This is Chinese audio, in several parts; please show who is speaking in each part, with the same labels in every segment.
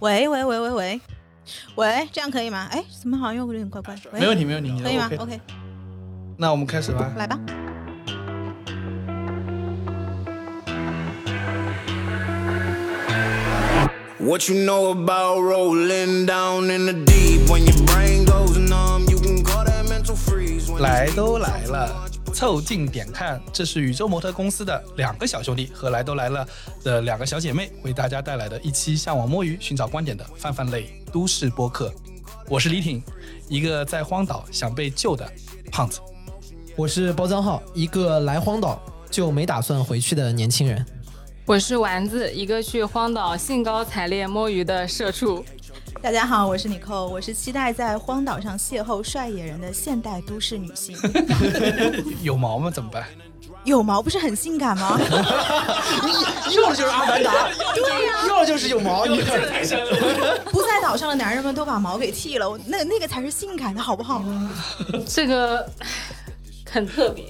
Speaker 1: 喂喂喂喂喂喂，这样可以吗？哎，怎么好像又有点怪怪？喂
Speaker 2: 没问题，没问题，你的
Speaker 1: 哎可以吗
Speaker 2: OK 的
Speaker 1: ？OK，
Speaker 2: 那我们开始吧。
Speaker 1: 来吧。
Speaker 3: What you know about rolling down in the deep when your brain goes numb? You can call that mental freeze. When
Speaker 2: 来都来了，凑近点看，这是宇宙模特公司的两个小兄弟和来都来了的两个小姐妹为大家带来的一期向往摸鱼、寻找观点的泛泛类都市播客。我是李挺，一个在荒岛想被救的胖子。
Speaker 4: 我是包江浩，一个来荒岛就没打算回去的年轻人。
Speaker 5: 我是丸子，一个去荒岛兴高采烈摸鱼的社畜。
Speaker 1: 大家好，我是尼寇，我是期待在荒岛上邂逅帅野人的现代都市女性。
Speaker 2: 有毛吗？怎么办？
Speaker 1: 有毛不是很性感 吗？
Speaker 4: 要就是阿凡达，
Speaker 1: 对呀、
Speaker 4: 要就是有毛，你
Speaker 1: 不在岛上的男人们都把毛给剃了，我那那个才是性感的好不好？
Speaker 5: 这个 唉很特别，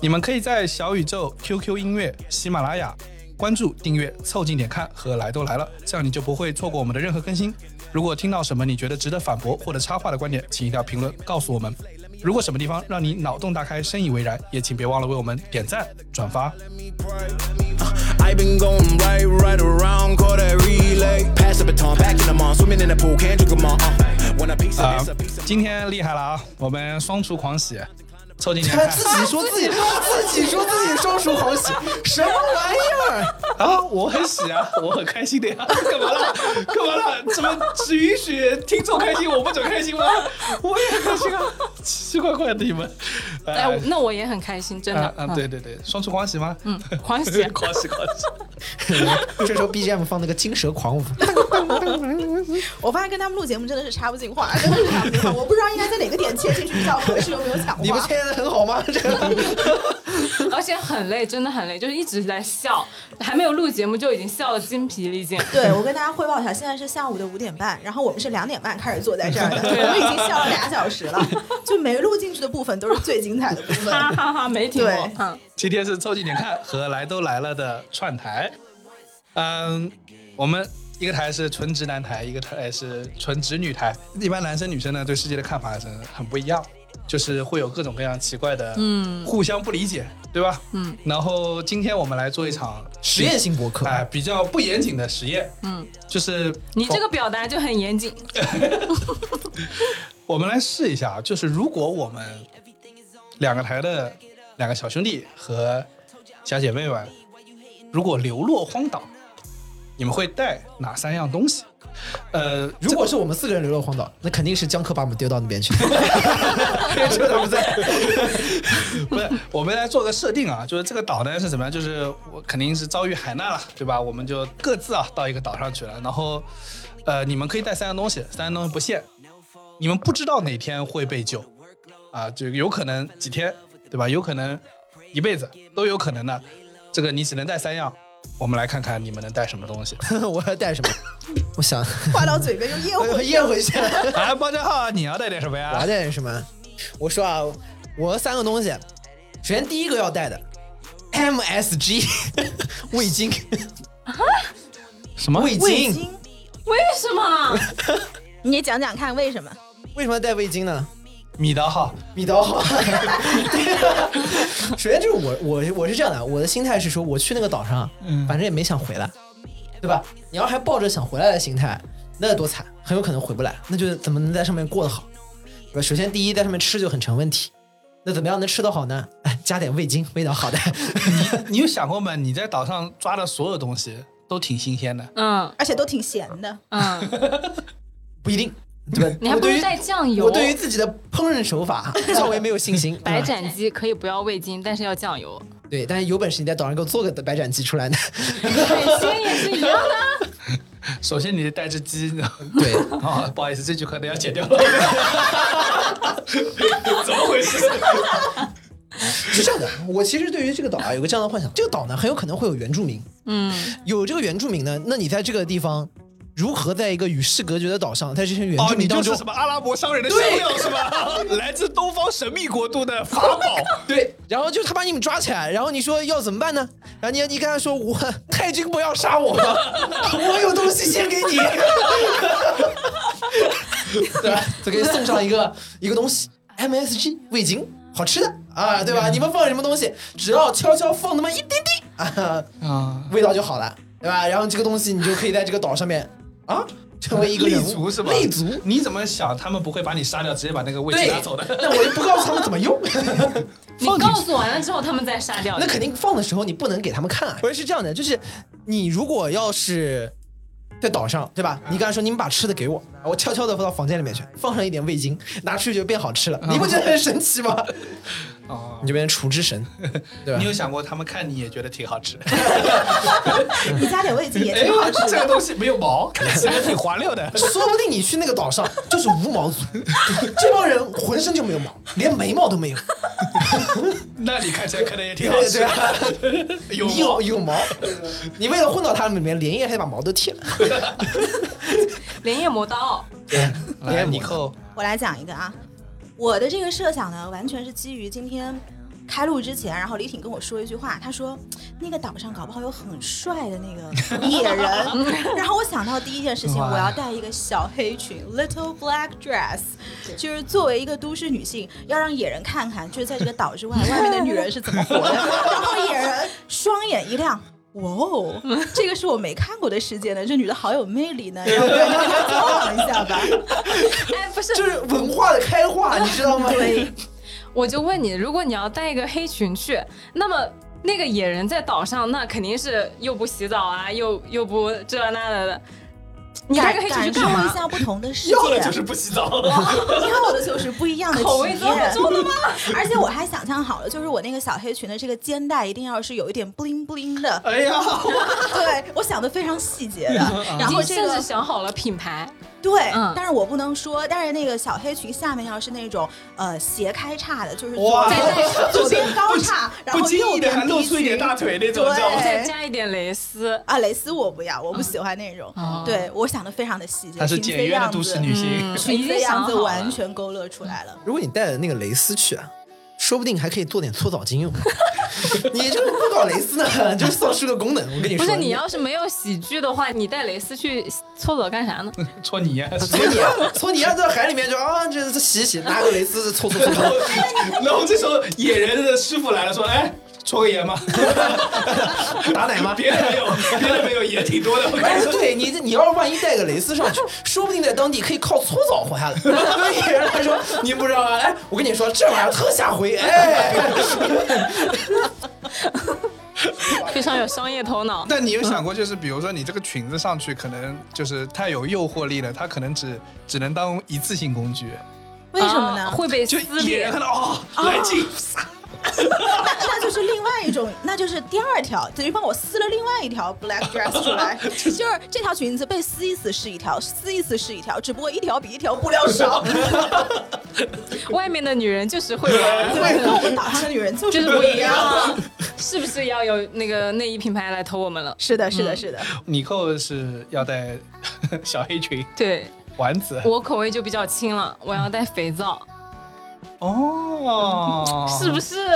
Speaker 2: 你们可以在小宇宙、QQ 音乐、喜马拉雅关注、订阅、凑近点看和来都来了，这样你就不会错过我们的任何更新。如果听到什么你觉得值得反驳或者插话的观点，请一定要评论告诉我们。如果什么地方让你脑洞大开、深以为然，也请别忘了为我们点赞、转发。
Speaker 3: i been going right, right around, call that relay. Pass the baton, back in the mall, swimming in the pool, can't drink 'em all. Uh, when a piece of
Speaker 2: 啊
Speaker 3: this, a piece，of
Speaker 2: 今天厉害了啊！我们双厨狂喜，凑近点看
Speaker 4: 自己说自 己，自己说自己双手好喜，
Speaker 2: 哎
Speaker 4: 什么玩意儿？
Speaker 2: 啊！我很喜啊，我很开心的呀！干嘛了？干嘛了？怎么只允许听众开心，我不准开心吗？我也很开心啊！奇奇怪怪的你们，
Speaker 5: 哎，我那我也很开心，真的
Speaker 2: 啊。 啊！对对对，双厨狂喜吗？ 嗯，。
Speaker 5: 嗯，狂喜
Speaker 2: 狂喜狂喜！
Speaker 4: 这时候 BGM 放那个金蛇狂舞，
Speaker 1: 我发现跟他们录节目真的是插不进话，真的是插不进话。我不知道应该在哪个点切进去比较合适，有没有抢话？
Speaker 4: 你不切的很好吗？ 这个
Speaker 5: 而且很累，真的很累，就是一直在笑，还没有录节目就已经笑得筋疲力 尽。
Speaker 1: 对，我跟大家汇报一下，现在是下午的五点半，然后我们是两点半开始坐在这儿的，我们已经笑了俩小时了，就没录进去的部分都是最精彩的部 分。
Speaker 5: 哈哈哈，没听过
Speaker 1: 对。
Speaker 5: 嗯，
Speaker 2: 今天是凑近点看和来都来了的串台，嗯，我们一个台是纯直男台，一个台是纯直女台。一般男生女生呢对世界的看法是很不一样，就是会有各种各样奇怪的，嗯，互相不理解，对吧？嗯。然后今天我们来做一场
Speaker 4: 实验性博客
Speaker 2: 哎、比较不严谨的实验，嗯，就是
Speaker 5: 你这个表达就很严谨。
Speaker 2: 我们来试一下，就是如果我们两个台的两个小兄弟和小姐妹们，如果流落荒岛，你们会带哪三样东西？呃，如
Speaker 4: 如
Speaker 2: 果
Speaker 4: 果
Speaker 2: 是
Speaker 4: 是我们四个人流落荒岛，那肯定是江科把我们丢到那边去。
Speaker 2: 这个不在，不是，我们来做个设定啊，就是这个岛呢是怎么样？就是我肯定是遭遇海难了，对吧？我们就各自啊到一个岛上去了，然后，呃，你们可以带三样东西，三样东西不限，你们不知道哪天会被救，啊，就有可能几天，对吧？有可能一辈子都有可能的，这个你只能带三样。我们来看看你们能带什么东西。
Speaker 4: 我要带什 么？我想，
Speaker 1: 话到嘴边就咽
Speaker 4: 我要
Speaker 1: 回去。
Speaker 4: 咽回去了。
Speaker 2: 哎，包家浩，你要带点什么
Speaker 4: 我要
Speaker 2: 呀？
Speaker 4: 带点什么？我说啊，我三个东西，首先第一个要带的 MSG 味精，
Speaker 2: 什么？
Speaker 4: 味
Speaker 1: 味
Speaker 4: 精
Speaker 1: 精，
Speaker 5: 为什 么？
Speaker 1: 你讲讲看为什么？
Speaker 4: 为什么要带味精呢？
Speaker 2: 米德浩，
Speaker 4: 米刀好。 首先就是我我我是这样的，我的心态是说，我去那个岛上，啊反正也没想回来，对吧？你要还抱着想回来的心态，那多惨，很有可能回不来，那就怎么能在上面过得好？对吧？首先第一，在上面吃就很成问题。那怎么样能吃得好呢？哎，加点味精，味道好的。
Speaker 2: 你有想过吗？你在岛上抓的所有东西都挺新鲜的，
Speaker 5: 嗯
Speaker 1: 而且都挺咸的。
Speaker 5: 嗯，
Speaker 4: 不一定，对吧？
Speaker 5: 你还不
Speaker 4: 我对
Speaker 5: 如
Speaker 4: 于
Speaker 5: 带酱油。
Speaker 4: 我对于自己的烹饪手法 稍微没有信心。对
Speaker 5: 白
Speaker 4: 吧
Speaker 5: 斩鸡可以不要味精，但是要 酱油。
Speaker 4: 对，但是有本事你在岛上给我做个白斩鸡出来呢。
Speaker 5: 海鲜也是一样的。啊
Speaker 2: 首先你得带只鸡，
Speaker 4: 对，
Speaker 2: 哦，不好意思，这句可能要剪掉了。怎么回事？
Speaker 4: 是这样的。我其实对于这个岛啊有个这样的幻想，这个岛呢很有可能会有原住民，
Speaker 5: 嗯，
Speaker 4: 有这个原住民呢，那你在这个地方如何在一个与世隔绝的岛上，在这些原
Speaker 2: 哦
Speaker 4: 住，
Speaker 2: 你
Speaker 4: 民
Speaker 2: 就
Speaker 4: 当
Speaker 2: 是
Speaker 4: 中，
Speaker 2: 什么阿拉伯商人的香料是吧？ 来自东方神秘国度的法宝。
Speaker 4: 对，然后就他把你们抓 起来，然后你说要怎么办呢？然后你你跟他说我太君不要杀我，我 对吧？再给你送上一个一个东西，MSG 味精，好吃的啊，对
Speaker 2: 嗯
Speaker 4: 吧？你们放什么东西，只要悄悄放那么一滴滴 啊，
Speaker 2: 啊，
Speaker 4: 味道就好了，对吧？然后这个东西你就可以在这个岛上面啊，成为一个
Speaker 2: 立
Speaker 4: 人物
Speaker 2: 足是吧？
Speaker 4: 立足。，
Speaker 2: 你怎么想？他们不会把你杀掉，直接把那个位置
Speaker 4: 对
Speaker 2: 拿走 的？，
Speaker 4: 那我就不告诉他们怎么 用。
Speaker 5: 你告诉完了之后，他们再杀掉你。
Speaker 4: 那肯定放的时候你不能给他们看啊。不是是这样的，就是你如果要是在岛上，对吧？你刚才说你们把吃的给我，我悄悄的放到房间里面去，放上一点味精，拿出去就变好吃了。你不觉得很神奇吗？
Speaker 2: 哦
Speaker 4: 你，就变成厨之神，对吧
Speaker 2: 你？有想过他们看你也觉得挺好吃？
Speaker 1: 你加点味精也
Speaker 2: 哎
Speaker 1: 挺好吃
Speaker 2: 这个
Speaker 1: 的。
Speaker 2: 东西没有毛，看起来挺滑溜的。
Speaker 4: 说不定你去那个岛上就是无毛族， 这帮人浑身就没有毛，连眉毛都没有，
Speaker 2: 那你看起来可能也挺好
Speaker 4: 对
Speaker 2: 吃
Speaker 4: 对
Speaker 2: 的。
Speaker 4: 吧？
Speaker 2: 有
Speaker 4: 你有有毛， 你为了混到他们里面，连夜还把毛都剃了。
Speaker 5: 连夜磨刀，
Speaker 2: 来， 你扣
Speaker 1: 我来讲一个啊，我的这个设想呢，完全是基于今天开录之前，然后李挺跟我说一句话，他说那个岛上搞不好有很帅的那个 野人，然后我想到第一件事情，
Speaker 2: 哇
Speaker 1: 我要带一个小黑裙 （little black dress），就是作为一个都市女性，要让野人看看，就是在这个岛之外，外面的女人是怎么活的。然后野人双眼一亮。哇哦，这个是我没看过的世界呢，这女的好有魅力呢，要不然就跟她交往一下吧。
Speaker 5: 哎，不是，
Speaker 4: 就是文化的开化，你知道吗？
Speaker 1: 对，
Speaker 5: 我就问你，如果你要带一个黑裙去，那么那个野人在岛上，那肯定是又不洗澡啊，又又不这那的的。你带个黑裙去
Speaker 1: 感受
Speaker 5: 干
Speaker 1: 一
Speaker 5: 嘛？
Speaker 1: 下不同的世界，
Speaker 2: 要的就是不洗澡。
Speaker 1: 要的就是不一样的
Speaker 5: 口味
Speaker 1: 体
Speaker 5: 这么
Speaker 1: 验
Speaker 5: 重的吗？
Speaker 1: 而且我还想象好了，就是我那个小黑裙的这个肩带一定要是有一点 bling bling 的，
Speaker 2: 哎嗯呀，
Speaker 1: 对我想的非常细节的。然后
Speaker 5: 嗯你
Speaker 1: 这
Speaker 5: 甚至
Speaker 1: 个
Speaker 5: 想好了品牌，
Speaker 1: 对
Speaker 5: 嗯，
Speaker 1: 但是我不能说，但是那个小黑裙下面要是那种呃斜开叉的，就是
Speaker 2: 哇
Speaker 1: 左边左边高叉，然
Speaker 2: 不
Speaker 1: 后
Speaker 2: 经
Speaker 1: 右
Speaker 2: 意的还
Speaker 1: 边
Speaker 2: 露
Speaker 1: 低
Speaker 2: 出一点
Speaker 1: 裙。
Speaker 2: 大腿那种，
Speaker 1: 对
Speaker 2: 知道吗？
Speaker 5: 再加一点蕾丝。
Speaker 1: 啊，蕾丝我不要，我不喜欢那种。
Speaker 5: 哦
Speaker 1: 对我想的非常的细节，
Speaker 2: 她是
Speaker 1: 裙
Speaker 2: 简
Speaker 1: 子
Speaker 2: 约的
Speaker 1: 样
Speaker 2: 都市
Speaker 1: 子
Speaker 2: 女性
Speaker 5: 嗯。，
Speaker 1: 裙
Speaker 5: 已
Speaker 1: 子
Speaker 5: 经想
Speaker 1: 样
Speaker 5: 好
Speaker 1: 子
Speaker 5: 了
Speaker 1: 完全勾勒出来了。
Speaker 4: 如果你带了那个蕾丝去啊，说不定还可以做点搓澡精用。 你这个不搞蕾丝呢， 就丧失个功能。我跟你
Speaker 5: 不
Speaker 4: 说，
Speaker 5: 是你要是没有喜剧的话，你带蕾丝去厕所干啥呢？
Speaker 1: 哎
Speaker 2: 搓泥啊，
Speaker 4: 搓泥啊，搓泥啊，到海里面就啊，这这洗一洗，拿个蕾丝搓搓搓搓。
Speaker 2: 然后这时候野人的师傅来了，说：“哎，搓个盐吗？
Speaker 4: 打奶吗
Speaker 2: 别的没有，别的没有，也挺多的。我跟
Speaker 4: 哎
Speaker 2: 你，说，
Speaker 4: 对你，你要是万一带个蕾丝上去，说不定在当地可以靠搓澡活下来。 对别人来说，你不知道啊？哎，我跟你说，这玩意儿特下回，哎，
Speaker 5: 非常有商业头脑。
Speaker 2: 但你有想过，就是比如说你这个裙子上去，可能就是太有裂诱惑力了，它可能只只能当一次性工具。
Speaker 1: 为什么
Speaker 5: 啊
Speaker 1: 呢？
Speaker 5: 会被撕
Speaker 2: 就野
Speaker 5: 裂
Speaker 2: 人看。到哦，来劲，
Speaker 1: 那那就是另外一种，那就是第二条，等于帮我撕了另外一条 black dress 出来，就是这条裙子被撕一次是一条，撕一次是一条，只不过一条比一条布料少。
Speaker 5: 外面的女人就是会 玩，
Speaker 1: 对，跟我们岛上的女人就
Speaker 5: 就是是
Speaker 1: 不
Speaker 5: 不
Speaker 1: 一
Speaker 5: 一
Speaker 1: 样。
Speaker 5: 样。 是不是要有那个内衣品牌来投我们了？
Speaker 1: 是的，是的，是的。
Speaker 2: 你扣是要带 小黑裙、
Speaker 5: 对
Speaker 2: 丸子
Speaker 5: 我口味就比较轻了，我要带肥皂，
Speaker 2: 哦，
Speaker 5: 是不是？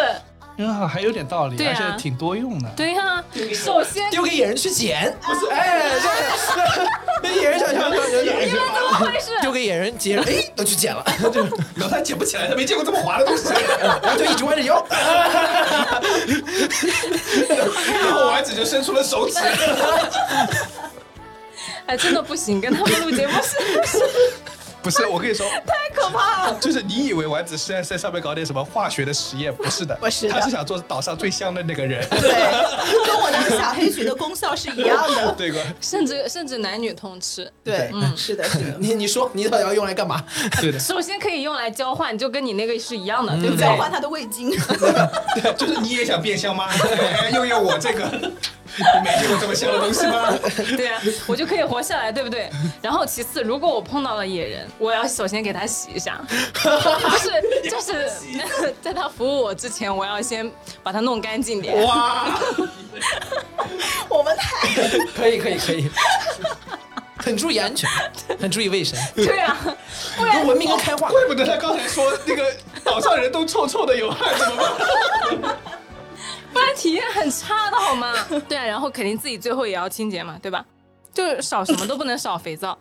Speaker 2: 啊，还有点道理，
Speaker 5: 对
Speaker 2: 而
Speaker 5: 啊
Speaker 2: 且挺多用的。
Speaker 5: 对呀、首先
Speaker 4: 丢给野人去捡。不是，哎， 这那野人想想想想。
Speaker 5: 怎么回事？
Speaker 4: 丢给野人，野人哎都去 捡了，
Speaker 2: 然后他捡不起来，他没见过这么滑的东西。
Speaker 4: 然后就一直弯着腰。
Speaker 2: 然后丸子就伸出了手指，
Speaker 5: 哎，真的不行，跟他们录节目是
Speaker 2: 不是，我跟你 说，
Speaker 5: 太可怕了。
Speaker 2: 就是你以为丸子是在在上面搞点什么化学的实验，不是的，
Speaker 1: 不是的
Speaker 2: 他是想做岛上最香的那个 人，
Speaker 1: 对，跟我那个小黑裙的功效是一样的。
Speaker 2: 对吧？
Speaker 5: 甚至甚至男女通吃，
Speaker 1: 对，是的，是的。
Speaker 4: 你你说你到底要用来干嘛？
Speaker 2: 对的，
Speaker 5: 首先可以用来交换，就跟你那个是一样的，对不对
Speaker 1: 嗯交？换她的味精，
Speaker 2: 对，就是你也想变香 吗？哎用用我这个，你没见过这么香的东西 吗？
Speaker 5: 对啊，我就可以活下来，对不对？然后其次，如果我碰到了野人，我要首先给他洗一下，不是，就是 在他服务我之前，我要先把它弄干净点。
Speaker 2: 哇，
Speaker 1: 我们太
Speaker 4: 可以可以可以， 很注意安全，很注意 卫生，
Speaker 5: 对啊，不然
Speaker 4: 跟文明跟开化。
Speaker 2: 怪不得他刚才说那个岛上人都臭臭的有汗，怎么 办？
Speaker 5: 不然体验很差的好 吗？ 对啊，然后肯定自己最后也要清洁嘛，对吧？就是少什么都不能少肥皂，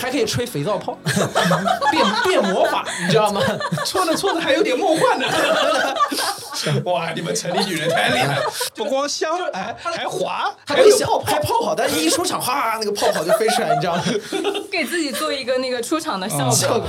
Speaker 4: 还可以吹肥皂泡， 变变魔法，你知 道吗？
Speaker 2: 搓着搓着还有点梦幻呢。哇，你们城里女人太厉害 了，不光香，还还滑，
Speaker 4: 还
Speaker 2: 还
Speaker 4: 没
Speaker 2: 有
Speaker 4: 想还泡好，但是一出场，哗，那个泡泡就飞出来，你知 道吗？
Speaker 5: 给自己做一个那个出场的效
Speaker 1: 啊
Speaker 5: 果。
Speaker 4: 效果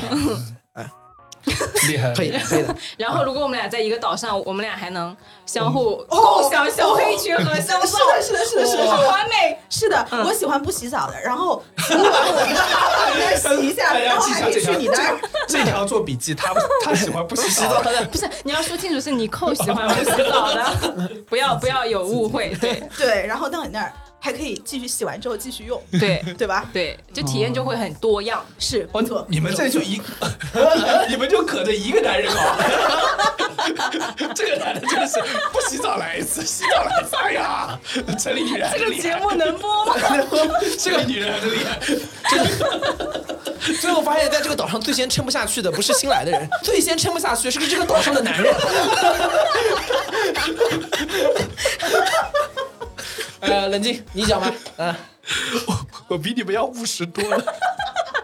Speaker 2: 厉害，
Speaker 4: 可以的，可以的。
Speaker 5: 然后，如果我们俩在一个岛上，我们俩还能相互
Speaker 1: 嗯
Speaker 5: 共享小黑裙和香
Speaker 1: 哦是
Speaker 5: 皂，
Speaker 1: 的，是的，是的，是
Speaker 5: 好
Speaker 1: 的，
Speaker 5: 完美。
Speaker 1: 是的，我喜欢不洗澡的，然后洗完我们来 洗一下，
Speaker 2: 大
Speaker 1: 然
Speaker 2: 家
Speaker 1: 后
Speaker 2: 哎记
Speaker 1: 还
Speaker 2: 下
Speaker 1: 可以
Speaker 2: 这
Speaker 1: 去
Speaker 2: 条
Speaker 1: 你那儿。
Speaker 2: 这条做笔记，他他喜欢不洗澡，
Speaker 5: 不是，你要说清楚，是你扣喜欢不洗 澡的，不要不要有误会。对
Speaker 1: 对，然后到你那儿还可以继续洗完之后继续用，
Speaker 5: 对
Speaker 1: 对吧？
Speaker 5: 对，就体验就会很多样。
Speaker 1: 是不错
Speaker 2: 哦，，你们这就一， 你们就可着一个男人搞， 这个男的真的是不洗澡来一次，洗澡来一次，哎呀，城里女人还
Speaker 5: 这
Speaker 2: 是
Speaker 5: 个
Speaker 2: 厉
Speaker 5: 节
Speaker 2: 害，
Speaker 5: 目能播 吗？
Speaker 2: 这个女人还是厉害，
Speaker 4: 最后发现，在这个岛上最先撑不下去的不是新来的人，最先撑不下去是这个岛上的男人。呃，冷静，你讲吧。嗯、
Speaker 2: 我我比你们要务实多了，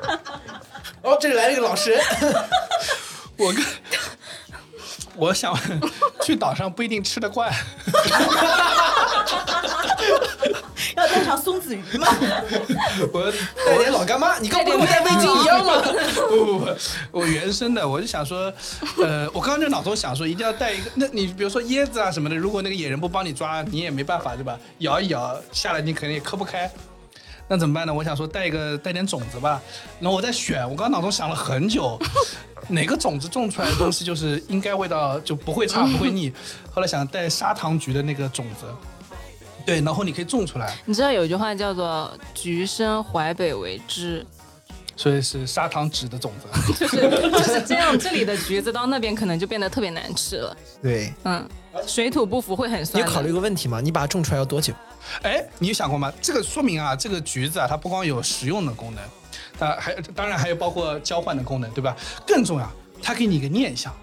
Speaker 4: 哦，这里来了一个老实人，
Speaker 2: 我跟。我想去岛上不一定吃得惯，
Speaker 1: 要带上松子 鱼嘛，
Speaker 2: 我
Speaker 4: 带点老干妈，你跟鬼不带味精 一样吗？
Speaker 2: 不不不，我原生的，我就想说，呃，我刚刚就脑中想说，一定要带一个，那你比如说椰子啊什么的，如果那个野人不帮你抓，你也没办法，对吧？咬一咬下来，你肯定也磕不开。那怎么办呢？我想说带一个带点种子吧，然后我再选。我刚刚脑中想了很久，哪个种子种出来的东西就是应该味道就不会差不会腻。后来想带砂糖橘的那个种子，对，然后你可以种出来，
Speaker 5: 你知道有一句话叫做“橘生淮北为 枳
Speaker 2: 所以是砂糖橘的种子。”，
Speaker 5: 就是就是这样，这里的橘子到那边可能就变得特别难吃了。
Speaker 4: 对，
Speaker 5: 嗯，水土不服会很
Speaker 4: 啊你
Speaker 5: 酸
Speaker 4: 有
Speaker 5: 的。
Speaker 4: 考虑过问题吗？你把它种出来要多久？
Speaker 2: 哎，你有想过吗？这个说明啊，这个橘子啊，它不光有食用的功能，它还当然还有包括交换的功能，对吧？更重要，它给你一个念想，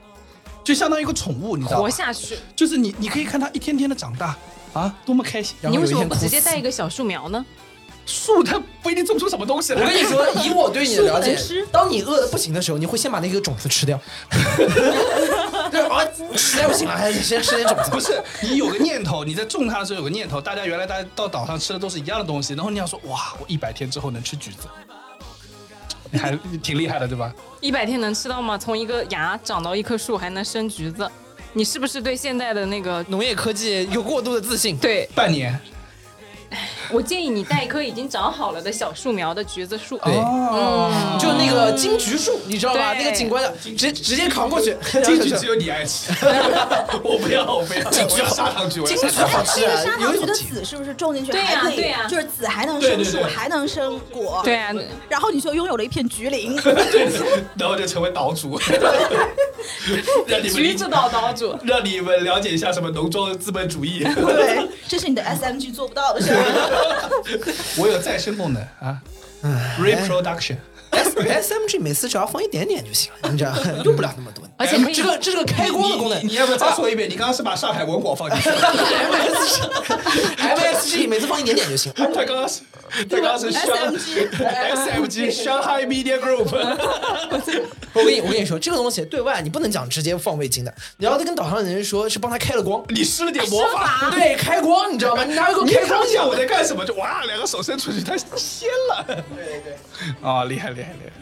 Speaker 2: 就相当于一个宠物，你知道
Speaker 5: 活
Speaker 2: 吗？
Speaker 5: 下去？
Speaker 2: 就是你，你可以看它一天天的长大啊，多么开心！
Speaker 4: 然
Speaker 5: 你
Speaker 4: 后有一
Speaker 5: 为什么
Speaker 4: 天
Speaker 5: 不
Speaker 4: 哭
Speaker 5: 直
Speaker 4: 死
Speaker 5: 接带一个小树苗呢？
Speaker 2: 树它不一定种出什么东西来。
Speaker 4: 我跟你， 说，以我对你的了解
Speaker 1: 树能吃，
Speaker 4: 当你饿的不行的时候，你会先把那个种子吃掉。 对啊，实在不行了，哎先吃点种子。
Speaker 2: 不是你有个念头，你在种它的时候有个念头，大家原来大家到岛上吃的都是一样的东西，然后你想说，哇，我一百天之后能吃橘子，你还挺厉害的，对吧？
Speaker 5: 一百天能吃到吗？从一个芽长到一棵树还能生橘子，你是不是对现在的那个？
Speaker 4: 农业科技有过度的自信，
Speaker 5: 对
Speaker 2: 半年
Speaker 5: 我建议你带一棵已经长好了的小树苗的橘子树。
Speaker 4: 对
Speaker 2: 哦，
Speaker 4: 就那个金桔树，你知道吧？
Speaker 5: 对
Speaker 4: 那个景观的，直接直接扛过去。
Speaker 2: 金桔只有你爱 吃，我不要，我不要，我要砂糖橘，我要砂
Speaker 4: 金
Speaker 2: 糖橘
Speaker 4: 桔好吃
Speaker 1: 那个
Speaker 4: 啊
Speaker 1: 砂，
Speaker 4: 有
Speaker 1: 糖
Speaker 4: 一
Speaker 1: 橘的
Speaker 4: 种劲
Speaker 1: 籽是不是种进去
Speaker 5: 对呀
Speaker 1: 还可以
Speaker 5: 对呀，
Speaker 1: 就是籽还能
Speaker 2: 对
Speaker 1: 生
Speaker 2: 对
Speaker 1: 树，
Speaker 2: 对
Speaker 1: 还能生果，
Speaker 5: 对，啊，
Speaker 1: 然后你就拥有了一片橘 林，
Speaker 2: 然后就成为岛 主，让你们
Speaker 5: 橘子岛岛主。
Speaker 2: 让你们了解一下什么农庄资本主义。
Speaker 1: 对，这是你的 SMG 做不到的事儿。
Speaker 2: 我有再生功能啊，reproduction。
Speaker 4: S S M G 每次只要放一点点就行了，你知道，用不了那么多。
Speaker 5: 而且可以
Speaker 4: 这个这是个 开光的功
Speaker 2: 你
Speaker 4: 能
Speaker 2: 你要不要再说一遍？你刚刚是把上海文广放进去，
Speaker 4: ，M S G 每次放一点点就行。
Speaker 2: 他刚刚是，他刚刚是
Speaker 1: SMG
Speaker 2: SMG Shanghai Media Group。
Speaker 4: 我跟你我跟你说，这个东西对外你不能讲直接放味精的，你要跟岛上的人说是帮他开了光，
Speaker 2: 你施了点魔法，
Speaker 4: 啊对，开光，你知道吗？你拿一个
Speaker 2: 你
Speaker 4: 开
Speaker 2: 看
Speaker 4: 光
Speaker 2: 一下我在干什么，就哇，两个手伸出去，他掀了。对对哦，厉害厉害厉害！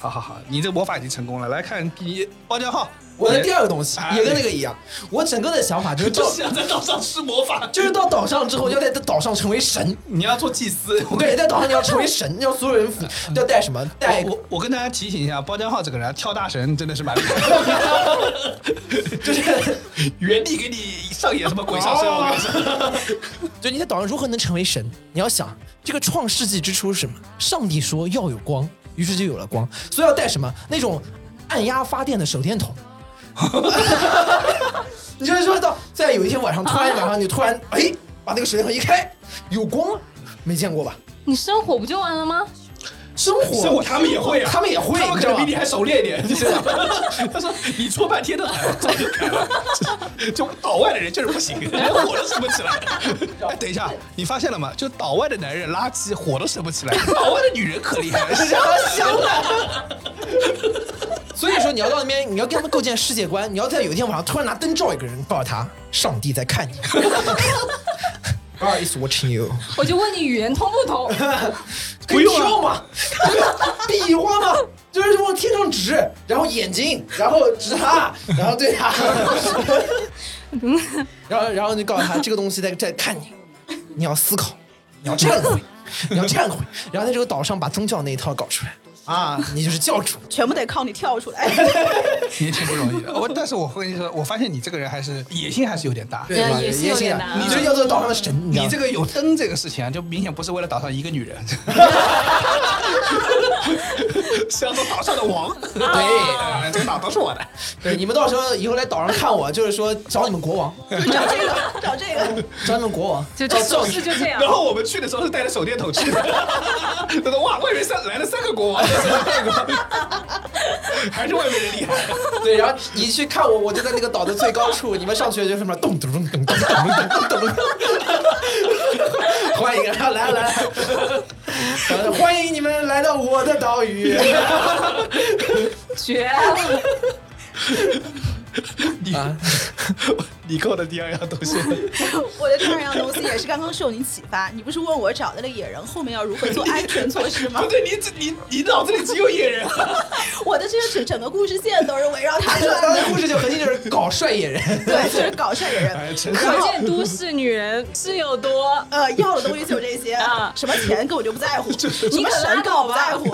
Speaker 2: 好好好，你这魔法已经成功了。来看第一包浆号，
Speaker 4: 我的第二个东西
Speaker 2: 哎
Speaker 4: 也跟那个一样，我整个的想法就是到
Speaker 2: 就是想在岛上施魔法，
Speaker 4: 就是到岛上之后要在岛上成为神。
Speaker 2: 你要做祭司。我
Speaker 4: 对，在嗯岛上你要成为神，要所有人服，要带什么？带
Speaker 2: 我我我跟大家提醒一下，包浆号这个人跳大神真的是蛮厉害的， 就是原地给你上演什么鬼上身，我跟你说。
Speaker 4: 就你在岛上如何能成为神？你要想这个创世纪之初是什么？上帝说要有光，于是就有了光。所以要带什么？那种按压发电的手 电筒。你就是说到，在有一天晚上，突然晚上你突然哎，把那个手电筒一开，有光了，没见过吧？
Speaker 5: 你生火不就完了吗？
Speaker 4: 生活，
Speaker 2: 生活他们也会啊，
Speaker 4: 他们也会，
Speaker 2: 他们
Speaker 4: 你
Speaker 2: 可
Speaker 4: 知道
Speaker 2: 能比
Speaker 4: 吧
Speaker 2: 你？还熟练一点。 就是他说你搓半天都还早就改了，就岛外的人就是不行，连火都升不起来。哎，等一下，你发现了吗？就岛外的男人垃圾，火都升不起来，岛外的女人可厉 害了。
Speaker 4: 想 所以说你要到那边，你要跟他们构建世界观，你要在有一天晚上突然拿灯照一个人，告诉他上帝在看你。God is watching you。
Speaker 5: 我就问你语言通不 通？
Speaker 4: 不用啊跳吗？比划吗？就是往天上指，然后眼睛，然后指 他，然后对他，然后然后就告诉他这个东西在在看你，你要思考，你要忏悔，你要忏悔，然后在这个岛上把宗教那一套搞出来啊，你就是教主。
Speaker 1: 全部得靠你跳出来。
Speaker 2: 你挺不容易的，我但是我跟你说，我发现你这个人还是野心还是有点大。
Speaker 4: 对吧？
Speaker 5: 也是有点
Speaker 4: 也行啊
Speaker 5: 难
Speaker 4: 你就是要做岛上的神，
Speaker 2: 你
Speaker 4: 这
Speaker 2: 这个有灯这个事情啊，就明显不是为了岛上一个女人， 是要做岛上的王。对，哎这个岛都是我的。
Speaker 4: 对你们到时候以后来岛上看我，就是说找你们国 王，
Speaker 1: 找这个，找这个，
Speaker 4: 找你们国王，
Speaker 5: 就
Speaker 4: 找
Speaker 5: 这
Speaker 4: 教
Speaker 5: 手
Speaker 4: 主
Speaker 5: 势就这样
Speaker 2: 然。后我们去的时候是带着手电筒去的， 他说哇，外面三来了三个国王， 外国，还是外面人厉害。
Speaker 4: 对，然后你去看我，我就在那个岛的最高处，你们上去就是什么咚咚咚咚咚咚咚咚咚，欢迎啊，来来来，欢迎你们来到我的岛 屿。
Speaker 5: 绝！
Speaker 2: 你、
Speaker 4: 啊
Speaker 2: 你扣的第二样东西，
Speaker 1: 我的第二样东西也是刚刚受你启发。你不是问我找到了野人后面要如何做安全措施吗
Speaker 2: 不？对，你只你你脑子里只有野人，
Speaker 1: 我的这个整整个故事线都是围绕他转
Speaker 4: 当时
Speaker 1: 的，
Speaker 4: 故事就核心就是搞帅野人，
Speaker 1: 对，就是搞事儿野人。
Speaker 2: 哎，陈
Speaker 5: 可见都市女人是有多……
Speaker 1: 呃，要的东西就这些
Speaker 5: 啊
Speaker 1: 什么钱根本就不在乎，什
Speaker 5: 你
Speaker 1: 么
Speaker 5: 可拉
Speaker 1: 神根本不
Speaker 5: 倒吧
Speaker 1: 在乎。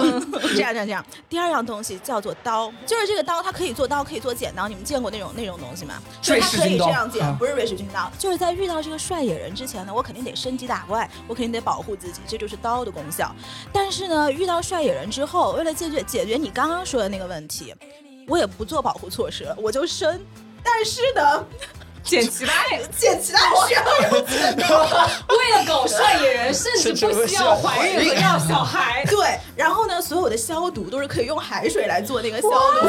Speaker 1: 这样这样这样，第二样东西叫做刀，就是这个刀，它可以做刀，可以做剪刀。你们见过那种那种东西吗？就是它
Speaker 4: 瑞士
Speaker 1: 可以
Speaker 4: 军刀
Speaker 1: 这样剪
Speaker 4: 啊，
Speaker 1: 不是瑞士军刀，就是在遇到这个帅野人之前呢，我肯定得升级打怪，我肯定得保护自己，这就是刀的功效。但是呢，遇到帅野人之后，为了解决解决你刚刚说的那个问题，我也不做保护措施了，我就升。但是呢，
Speaker 5: 捡脐带，
Speaker 1: 捡其他需要人捡刀。
Speaker 5: 为了搞帅野人，甚至不惜要怀孕和要 小孩。
Speaker 1: 对，然后呢，所有的消毒都是可以用海水来做那个消毒。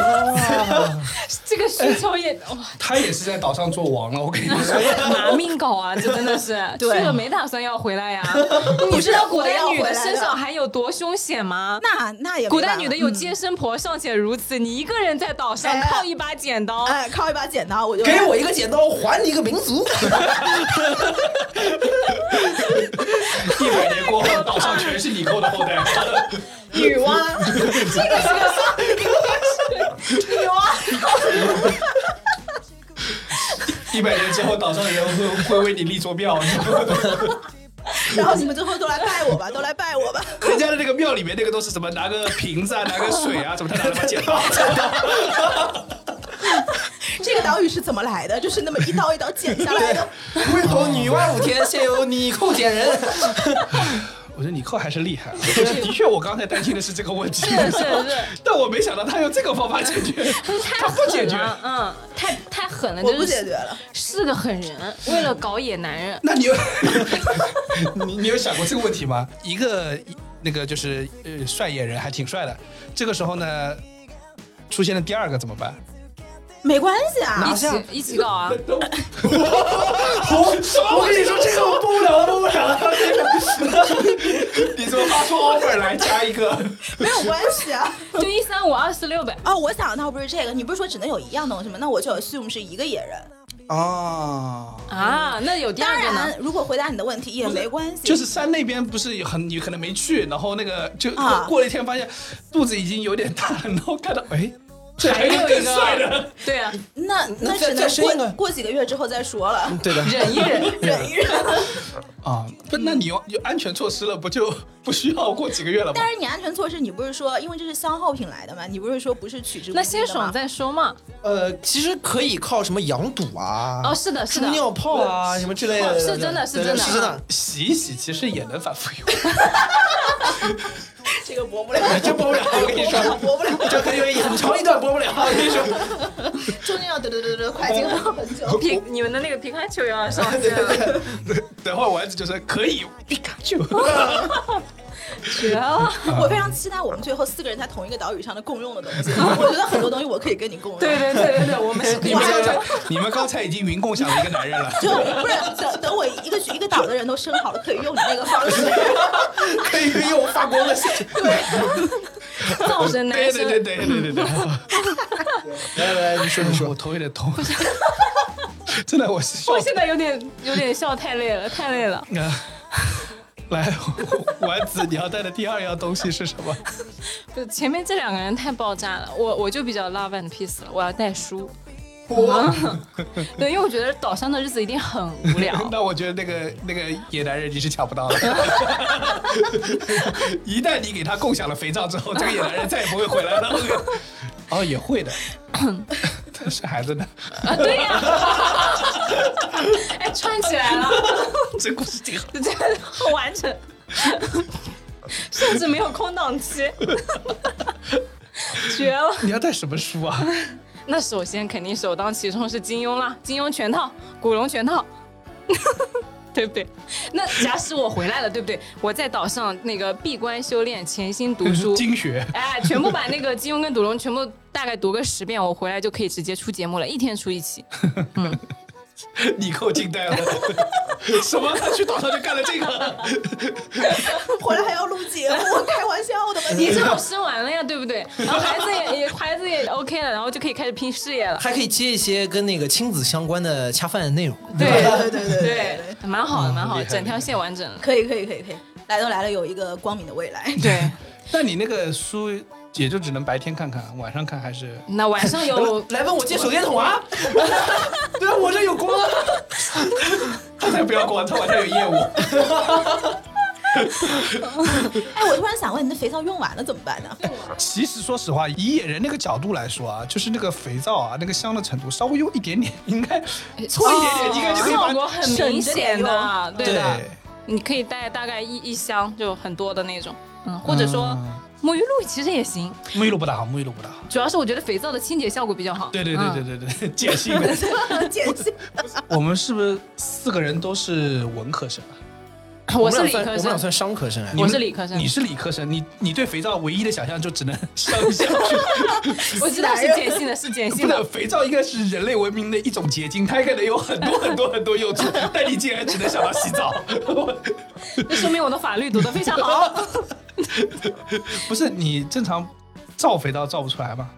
Speaker 5: 这个需求也哇，
Speaker 2: 他也是在岛上做王了，我跟你说。
Speaker 5: 拿命搞啊！这真的是去
Speaker 1: 对
Speaker 5: 了没打算要回来呀、
Speaker 1: 不
Speaker 5: 你
Speaker 1: 是
Speaker 5: 知道古代
Speaker 1: 要
Speaker 5: 女
Speaker 1: 回
Speaker 5: 的
Speaker 1: 来
Speaker 5: 生
Speaker 1: 的
Speaker 5: 小孩有多凶险吗？
Speaker 1: 那那也没
Speaker 5: 古代
Speaker 1: 办法
Speaker 5: 女的有接生婆，尚且如此，你一个人在岛上
Speaker 1: 哎
Speaker 5: 靠一把剪刀，
Speaker 1: 哎，靠一把剪刀，我就
Speaker 4: 给我一个剪刀，还你一个民 族。
Speaker 2: 一百年过后，岛上全是你扣的后代。
Speaker 1: 女娲，
Speaker 2: 一百年之后，岛上的人会会为你立座庙。
Speaker 1: 然后你们最后都来拜我吧，都来拜我吧。
Speaker 2: 人家的那个庙里面那个都是什么？拿个瓶子啊，拿个水啊，怎么他拿了把剪 刀？
Speaker 1: 这个岛屿是怎么来的？就是那么一刀一刀剪下来的。
Speaker 4: 为侯女娲补天，现有你寇捡人。
Speaker 2: 我觉得你扣还是厉 害啊，就是的确，我刚才担心的是这个问题，
Speaker 5: 是是是，
Speaker 2: 但我没想到他用这个方法解决，
Speaker 5: 太
Speaker 2: 不解
Speaker 5: 狠
Speaker 2: 决
Speaker 5: 了，嗯，太太狠了，
Speaker 1: 我
Speaker 5: 就
Speaker 1: 不
Speaker 5: 是
Speaker 1: 解决了，
Speaker 5: 是个狠人，为了搞野男人，
Speaker 2: 那你有 你你有想过这个问题吗？一个那个就是呃帅野人还挺帅的，这个时候呢出现了第二个怎么 办？
Speaker 1: 没关系啊
Speaker 5: 一。起一起搞啊！
Speaker 4: 我跟你说，这个我不聊了，不聊了。
Speaker 2: 你怎么发出 offer 来加一个？
Speaker 1: 没有关系啊。
Speaker 5: 就一三五二四六呗，
Speaker 1: 哦，我想的倒不是这个，你不是说只能有一样东西吗？那我就 assume 是一个野人。
Speaker 2: 哦，
Speaker 5: 啊，那有第
Speaker 1: 当
Speaker 5: 二个呢
Speaker 1: 然？，如果回答你的问题也没关系，
Speaker 2: 就是山那边不是有很你可能没去，然后那个就
Speaker 1: 啊
Speaker 2: 过了一天发现肚子已经有点大了，然后看到哎，这
Speaker 5: 还
Speaker 2: 还有
Speaker 5: 有一
Speaker 2: 更帅的。
Speaker 5: 个，对啊，
Speaker 1: 那
Speaker 4: 那
Speaker 1: 那
Speaker 4: 再
Speaker 1: 只
Speaker 4: 再生一
Speaker 1: 能
Speaker 4: 个
Speaker 1: 过过几个月之后再说 了，
Speaker 4: 对的，
Speaker 5: 忍一忍，
Speaker 1: 忍一忍。
Speaker 2: 啊，不，那你有有安全措施了，不就不需要过几个月了 吗
Speaker 1: 但？是你安全措施，你不是说因为这是消耗品来的吗？你不是说不是取之不尽的吗
Speaker 5: 那先爽再说嘛。
Speaker 4: 呃，其实可以靠什么羊肚啊，
Speaker 5: 哦，是的，是
Speaker 4: 猪
Speaker 5: 的，
Speaker 4: 尿泡啊，什么之类的，
Speaker 5: 是真的是
Speaker 4: 对
Speaker 5: 真的
Speaker 4: 是真的。
Speaker 2: 洗一洗其实也能反复用，
Speaker 1: 这个播不了，
Speaker 4: 真哎播不了，我跟你说，
Speaker 1: 播不了，
Speaker 4: 这可能有很长一段播不了。我跟你说，
Speaker 1: 中间要嘚嘚嘚嘚快进了很久。
Speaker 5: 皮你们的那个皮卡丘 也要上线了，
Speaker 2: 等会儿丸子就说可以皮卡丘，
Speaker 5: 绝了！
Speaker 1: 我非常期待我们最后四个人在同一个岛屿上的共用的东 西。我觉得很多东西我可以跟你共用。
Speaker 5: 对对对 对对，我们是
Speaker 2: 你们刚才，你们刚才已经云共享了一个男人了。
Speaker 1: 就不是等等我一个一个岛的人都生好了，可以用你那个方式。
Speaker 4: 可以用发光的线。
Speaker 5: 造成男
Speaker 2: 对对
Speaker 5: 生
Speaker 2: 对对对对对。
Speaker 4: 来来来，你说你
Speaker 2: 我
Speaker 4: 说，
Speaker 2: 头有点痛。真的，我是笑
Speaker 5: 我。现在有点有点笑太累了，太累了。
Speaker 2: 啊来，丸子，你要带的第二样东西是什么？
Speaker 5: 不是前面这两个人太爆炸了，我我就比较 love and peace 了，我要带书。嗯 对，因为我觉得岛上的日子一定很无 聊。
Speaker 2: 那我觉得那个那个野男人你是抢不到的。 一旦你给他共享了肥皂之后，这个野男人再也不会回来了。 哦，也会 的，是孩子的。
Speaker 5: 啊，对呀、 哎，串起来了，
Speaker 2: 这故事挺好。
Speaker 5: 这很完整，甚至没有空档期， 绝了！
Speaker 2: 你要带什么书啊？，
Speaker 5: 那首先肯定首当其冲是金庸啦，金庸全套，古龙全套， 对不对？那假使我回来了，对不对？我在岛上那个闭关修炼，潜心读书
Speaker 2: 经学。
Speaker 5: 哎，全部把那个金庸跟古龙全部大概读个十遍，我回来就可以直接出节目了，一天出一 期。
Speaker 2: 你够惊呆了！ 什么？他去岛上就干了这 个？
Speaker 1: 回来还要录节目，开玩笑的吧
Speaker 5: 你
Speaker 1: 你？
Speaker 5: 至少生完了呀，对不对？然后孩子也也孩子也 OK 了，然后就可以开始拼事业了。
Speaker 4: 还可以接一些跟那个亲子相关的恰饭的内容。
Speaker 5: 对
Speaker 1: 对对对
Speaker 5: 对，蛮好的，蛮好
Speaker 2: 厉
Speaker 5: 的，
Speaker 2: 害
Speaker 5: 整条线完整了。
Speaker 1: 可以可以可以可以，来都来了，有一个光明的未
Speaker 2: 嗯
Speaker 1: 来。
Speaker 5: 对，
Speaker 2: 那你那个书也就只能白天看看，晚上看还是？
Speaker 5: 那晚 上有哦
Speaker 4: 来问我借手电筒啊？对啊，我这有光啊。
Speaker 2: 他才不要管，他晚上有业务。
Speaker 1: 哎，我突然想问，你的肥皂用完了怎么办呢？
Speaker 2: 其实说实话，以野人那个角度来说啊，就是那个肥皂啊，那个香的程度稍微用一点点，应该搓一点点，应该就可以
Speaker 5: 效
Speaker 2: 把。
Speaker 5: 果很明显
Speaker 2: 哦
Speaker 5: 的，对的
Speaker 2: 对。
Speaker 5: 你可以带大概一一箱，就很多的那种，嗯，或者说
Speaker 2: 嗯
Speaker 5: 沐浴露其实也行，
Speaker 2: 沐浴露不大好，沐浴露不大好。
Speaker 5: 主要是我觉得肥皂的清洁效果比较好。
Speaker 2: 对对对对对对，碱性 的。
Speaker 1: 简直
Speaker 2: 我们是不是四个人都是文科生啊？
Speaker 5: 对， 我是
Speaker 4: 们
Speaker 5: 理
Speaker 4: 俩算
Speaker 5: 科
Speaker 4: 我们俩
Speaker 5: 生，
Speaker 4: 算商科生哎
Speaker 2: 啊你。们
Speaker 5: 我是理科生
Speaker 2: 你是理科生，你你对肥皂唯一的想象就只能上香去。
Speaker 5: 我知道是碱性的，是碱性
Speaker 2: 不
Speaker 5: 的
Speaker 2: 能，。肥皂应该是人类文明的一种结晶，它可能有很多很多很多用处， 但你竟然只能想到洗澡。
Speaker 5: 这说明我的法律读得非常好。
Speaker 2: 不是你正常造肥皂造不出来吗？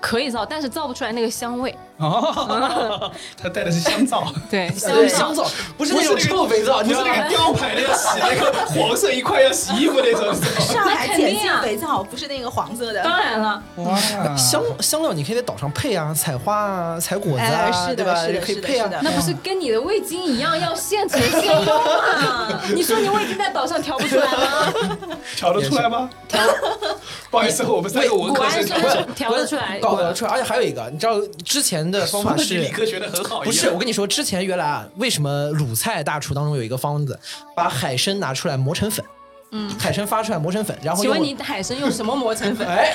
Speaker 5: 可以造，但是造不出来那个香味。
Speaker 2: 哦， 他带的是香皂，
Speaker 5: 对，
Speaker 4: 对啊
Speaker 5: 香
Speaker 4: 香皂不是
Speaker 2: 不
Speaker 4: 那
Speaker 2: 是
Speaker 4: 种
Speaker 2: 那个
Speaker 4: 臭肥皂，
Speaker 2: 不
Speaker 4: 你
Speaker 2: 是
Speaker 4: 知道
Speaker 2: 那
Speaker 4: 吗
Speaker 2: 个？雕牌的要洗那个黄色一块要洗衣服那种皂。
Speaker 1: 上海
Speaker 5: 那肯
Speaker 1: 碱
Speaker 5: 定
Speaker 1: 性
Speaker 5: 啊
Speaker 1: 肥皂不是那个黄色的，
Speaker 5: 当然了，
Speaker 2: 哇，
Speaker 4: 香香料你可以在岛上配啊，采花啊，采果子
Speaker 1: 哎
Speaker 4: 啊，
Speaker 1: 是的
Speaker 4: 对吧？
Speaker 1: 是的
Speaker 4: 也可以
Speaker 1: 是的
Speaker 4: 配啊
Speaker 1: 是。的
Speaker 5: 那不是跟你的味精一样要现成现用吗？ 你说你味精在岛上调不出来吗？
Speaker 2: 调得出来吗？不好意思，我们三个文
Speaker 5: 古
Speaker 2: 科
Speaker 5: 玩
Speaker 2: 生
Speaker 5: 是
Speaker 2: 调
Speaker 5: 不是 调得出来。
Speaker 4: 搞得出来，而且还有一个，你知道之前的方法
Speaker 2: 理
Speaker 4: 是。
Speaker 2: 科学的很好一样，
Speaker 4: 不是，我跟你说，之前原来啊，为什么鲁菜大厨当中有一个方子，把海参拿出来磨成粉，嗯，海参发出来磨成粉，然后
Speaker 5: 请
Speaker 4: 用
Speaker 5: 问你海参用什么磨成粉？
Speaker 4: 哎，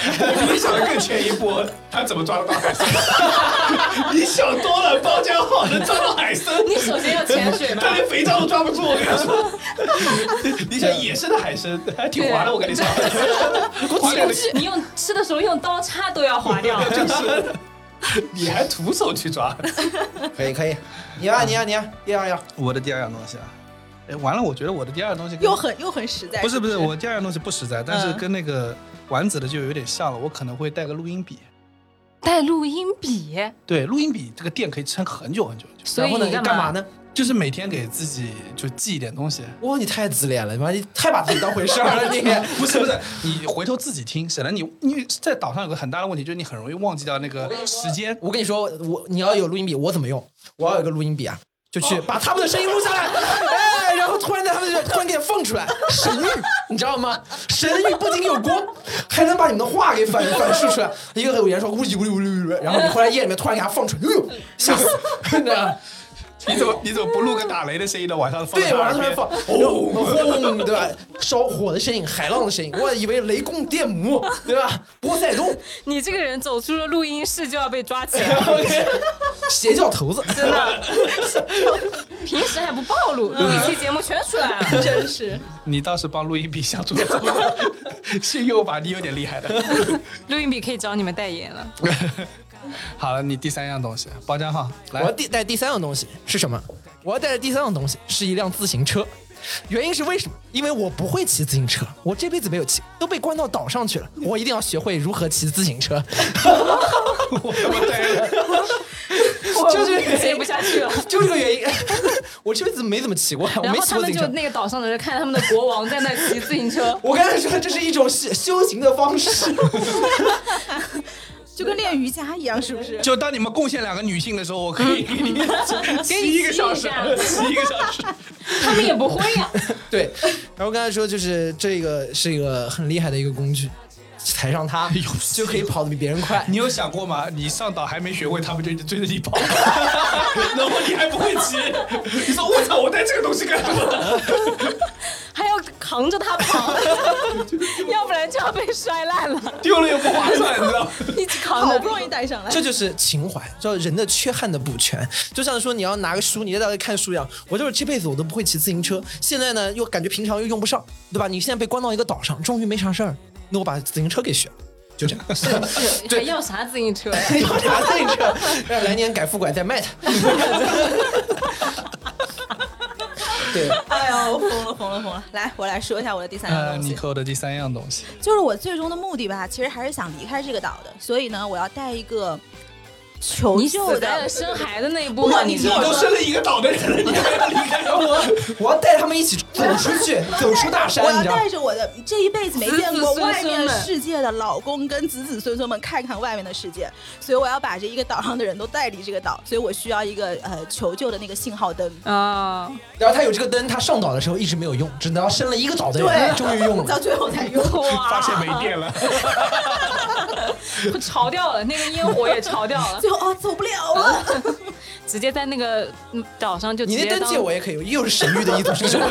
Speaker 2: 你想的更前一步，他怎么抓得到海参？你想多了，包浆好能抓到海参。
Speaker 5: 你首先要潜水吗
Speaker 2: 他？连肥皂都抓不住，我跟你说。你想野生的海参还挺滑的，我跟你说。 滑两个
Speaker 5: 你用吃的时候用刀叉都要划 掉。
Speaker 2: 就是，你还徒手去抓。
Speaker 4: 可以可以，你啊你啊你啊，第二样，
Speaker 2: 我的第二样东西啊，哎，完了，我觉得我的第二样东西跟
Speaker 1: 又很又很实在。
Speaker 2: 不是不是，我第二样东西不实在，但是
Speaker 1: 嗯
Speaker 2: 跟那个丸子的就有点像了。我可能会带个录音笔，
Speaker 5: 带录音
Speaker 4: 哎
Speaker 5: 笔，
Speaker 2: 对，录音笔这个电可以撑很久很久很久，
Speaker 5: 所
Speaker 4: 然
Speaker 5: 以
Speaker 4: 后呢
Speaker 5: 你
Speaker 4: 你
Speaker 5: 干
Speaker 4: 干嘛？呢？
Speaker 2: 就是每天给自己就记一点东 西。
Speaker 4: 哇，你太自恋了，你妈你太把自己当回事儿了， 你
Speaker 1: 嗯
Speaker 2: 不是不是，你回头自己听，省得你因为在岛上有个很大的问题，就是你很容易忘记掉那个时间。
Speaker 4: 我跟你说，我你要有录音笔，我怎么用？我要有一个录音笔啊，就去把他们的声音录下来， 哎，然后突然在他们这突然给它放出来，神域，你知道吗？神域不仅有光，还能把你们的话给反反射出来。一 个有人说呜哩呜哩呜哩呜哩，然后你后来夜里面突然给它放出来，哎呦，吓死！你知道吗
Speaker 2: 你怎么你怎么不录个打雷的声音呢？晚上放在
Speaker 4: 对，
Speaker 2: 他
Speaker 4: 往
Speaker 2: 耳
Speaker 4: 上突
Speaker 2: 边
Speaker 4: 然 放，轰轰，对吧？烧火的声音，海浪的声音，我以为雷公电母，对吧？波塞冬
Speaker 5: 你这个人走出了录音室就要被抓起 来，
Speaker 4: ，OK，邪教头子，真的，
Speaker 5: 平时还不暴露，
Speaker 4: 嗯
Speaker 5: 录一期节目全出来了。
Speaker 1: 真是
Speaker 2: 你倒是帮录音笔想 出个招儿，是又吧？你有点厉害的。
Speaker 5: 录音笔可以找你们代言了，
Speaker 2: 好了，你第三样东西，包浆号
Speaker 4: 我
Speaker 2: 来
Speaker 4: 要，带带第三样东西是什么？我要带的第三样东西是一辆自行车，原因是为什么？因为我不会骑自行车，我这辈子没有骑，都被关到岛上去了。我一定要学会如何骑自行车，
Speaker 2: 我我对
Speaker 4: 就是
Speaker 5: 接不下去了。
Speaker 4: 就这个原因。 我这辈子没怎么骑过，我
Speaker 5: 然
Speaker 4: 没
Speaker 5: 后
Speaker 4: 骑
Speaker 5: 他
Speaker 4: 过自行
Speaker 5: 们
Speaker 4: 车。
Speaker 5: 就那个岛上的人看见他们的国王在那骑自行车，
Speaker 4: 我刚才说这是一种修修行的方式，
Speaker 1: 就跟练瑜伽一样，是不是？
Speaker 2: 就当你们贡献两个女性的时候，我可以给你骑一个小时，骑一个小时。
Speaker 5: 他们也不会呀、
Speaker 4: 对。 然后刚才说就是这个是一个很厉害的一个工具，踩上 它就可以跑得比别人快。
Speaker 2: 你有想过吗？你上岛还没学会，他们就一直追着你跑， 然后你还不会骑，你说我操，我带这个东西干什么？
Speaker 5: 还要扛着它跑， 要不然就要被摔烂了。
Speaker 2: 丢了又不划算，你知道吗？
Speaker 5: 一直扛
Speaker 1: 好
Speaker 5: 着，
Speaker 1: 不容易带上来，
Speaker 4: 这就是情怀，叫人的缺憾的补全。就像说你要拿个书，你在那里看书一样。我就是这辈子我都不会骑自行车，现在呢又感觉平常又用不上，对吧？你现在被关到一个岛上，终于没啥事儿，那我把自行车给学了， 就这样。
Speaker 5: 还要啥自行车呀？
Speaker 4: 有啥自行车？让来年改副拐再卖它。对，
Speaker 1: 哎呦，疯了疯了疯了！来，我来说一下我的第三样
Speaker 2: 呃，
Speaker 1: 东
Speaker 2: 你
Speaker 1: 西，
Speaker 2: 扣的第三样东西，
Speaker 1: 就是我最终的目的吧，其实还是想离开这个岛的，所以呢，我要带一个求
Speaker 5: 你
Speaker 1: 救
Speaker 5: 死在
Speaker 1: 的
Speaker 5: 了。生孩子那一步吗？
Speaker 1: 不
Speaker 5: 你
Speaker 1: 你
Speaker 5: 知
Speaker 1: 听
Speaker 5: 道
Speaker 1: 我
Speaker 5: 吗
Speaker 2: 都生了一个岛的人了，你还要离开我？
Speaker 4: 我要带他们一起走出去，走出大
Speaker 1: 我
Speaker 4: 山，你
Speaker 1: 要
Speaker 4: 知道吗
Speaker 1: 带？着我的这一辈子没见过
Speaker 5: 子子孙孙
Speaker 1: 外面
Speaker 5: 们
Speaker 1: 世界的老公跟子子孙孙们看看外面的世界，所以我要把这一个岛上的人都带离这个岛，所以我需要一个呃求救的那个信号灯。
Speaker 5: 啊，
Speaker 4: 然后他有这个灯，他上岛的时候一直没有用，直到生了一个岛的人，终于用
Speaker 1: 到
Speaker 4: 了。
Speaker 1: 最后才用。
Speaker 5: 哇！
Speaker 2: 发现没电了，
Speaker 5: 潮掉了，那个烟火也潮掉了，
Speaker 1: 最后哦，走不了了。
Speaker 5: 直接在那个嗯岛上就直
Speaker 4: 你
Speaker 5: 接
Speaker 4: 那灯
Speaker 5: 当
Speaker 4: 借我也可以，又是神域的一组是吧？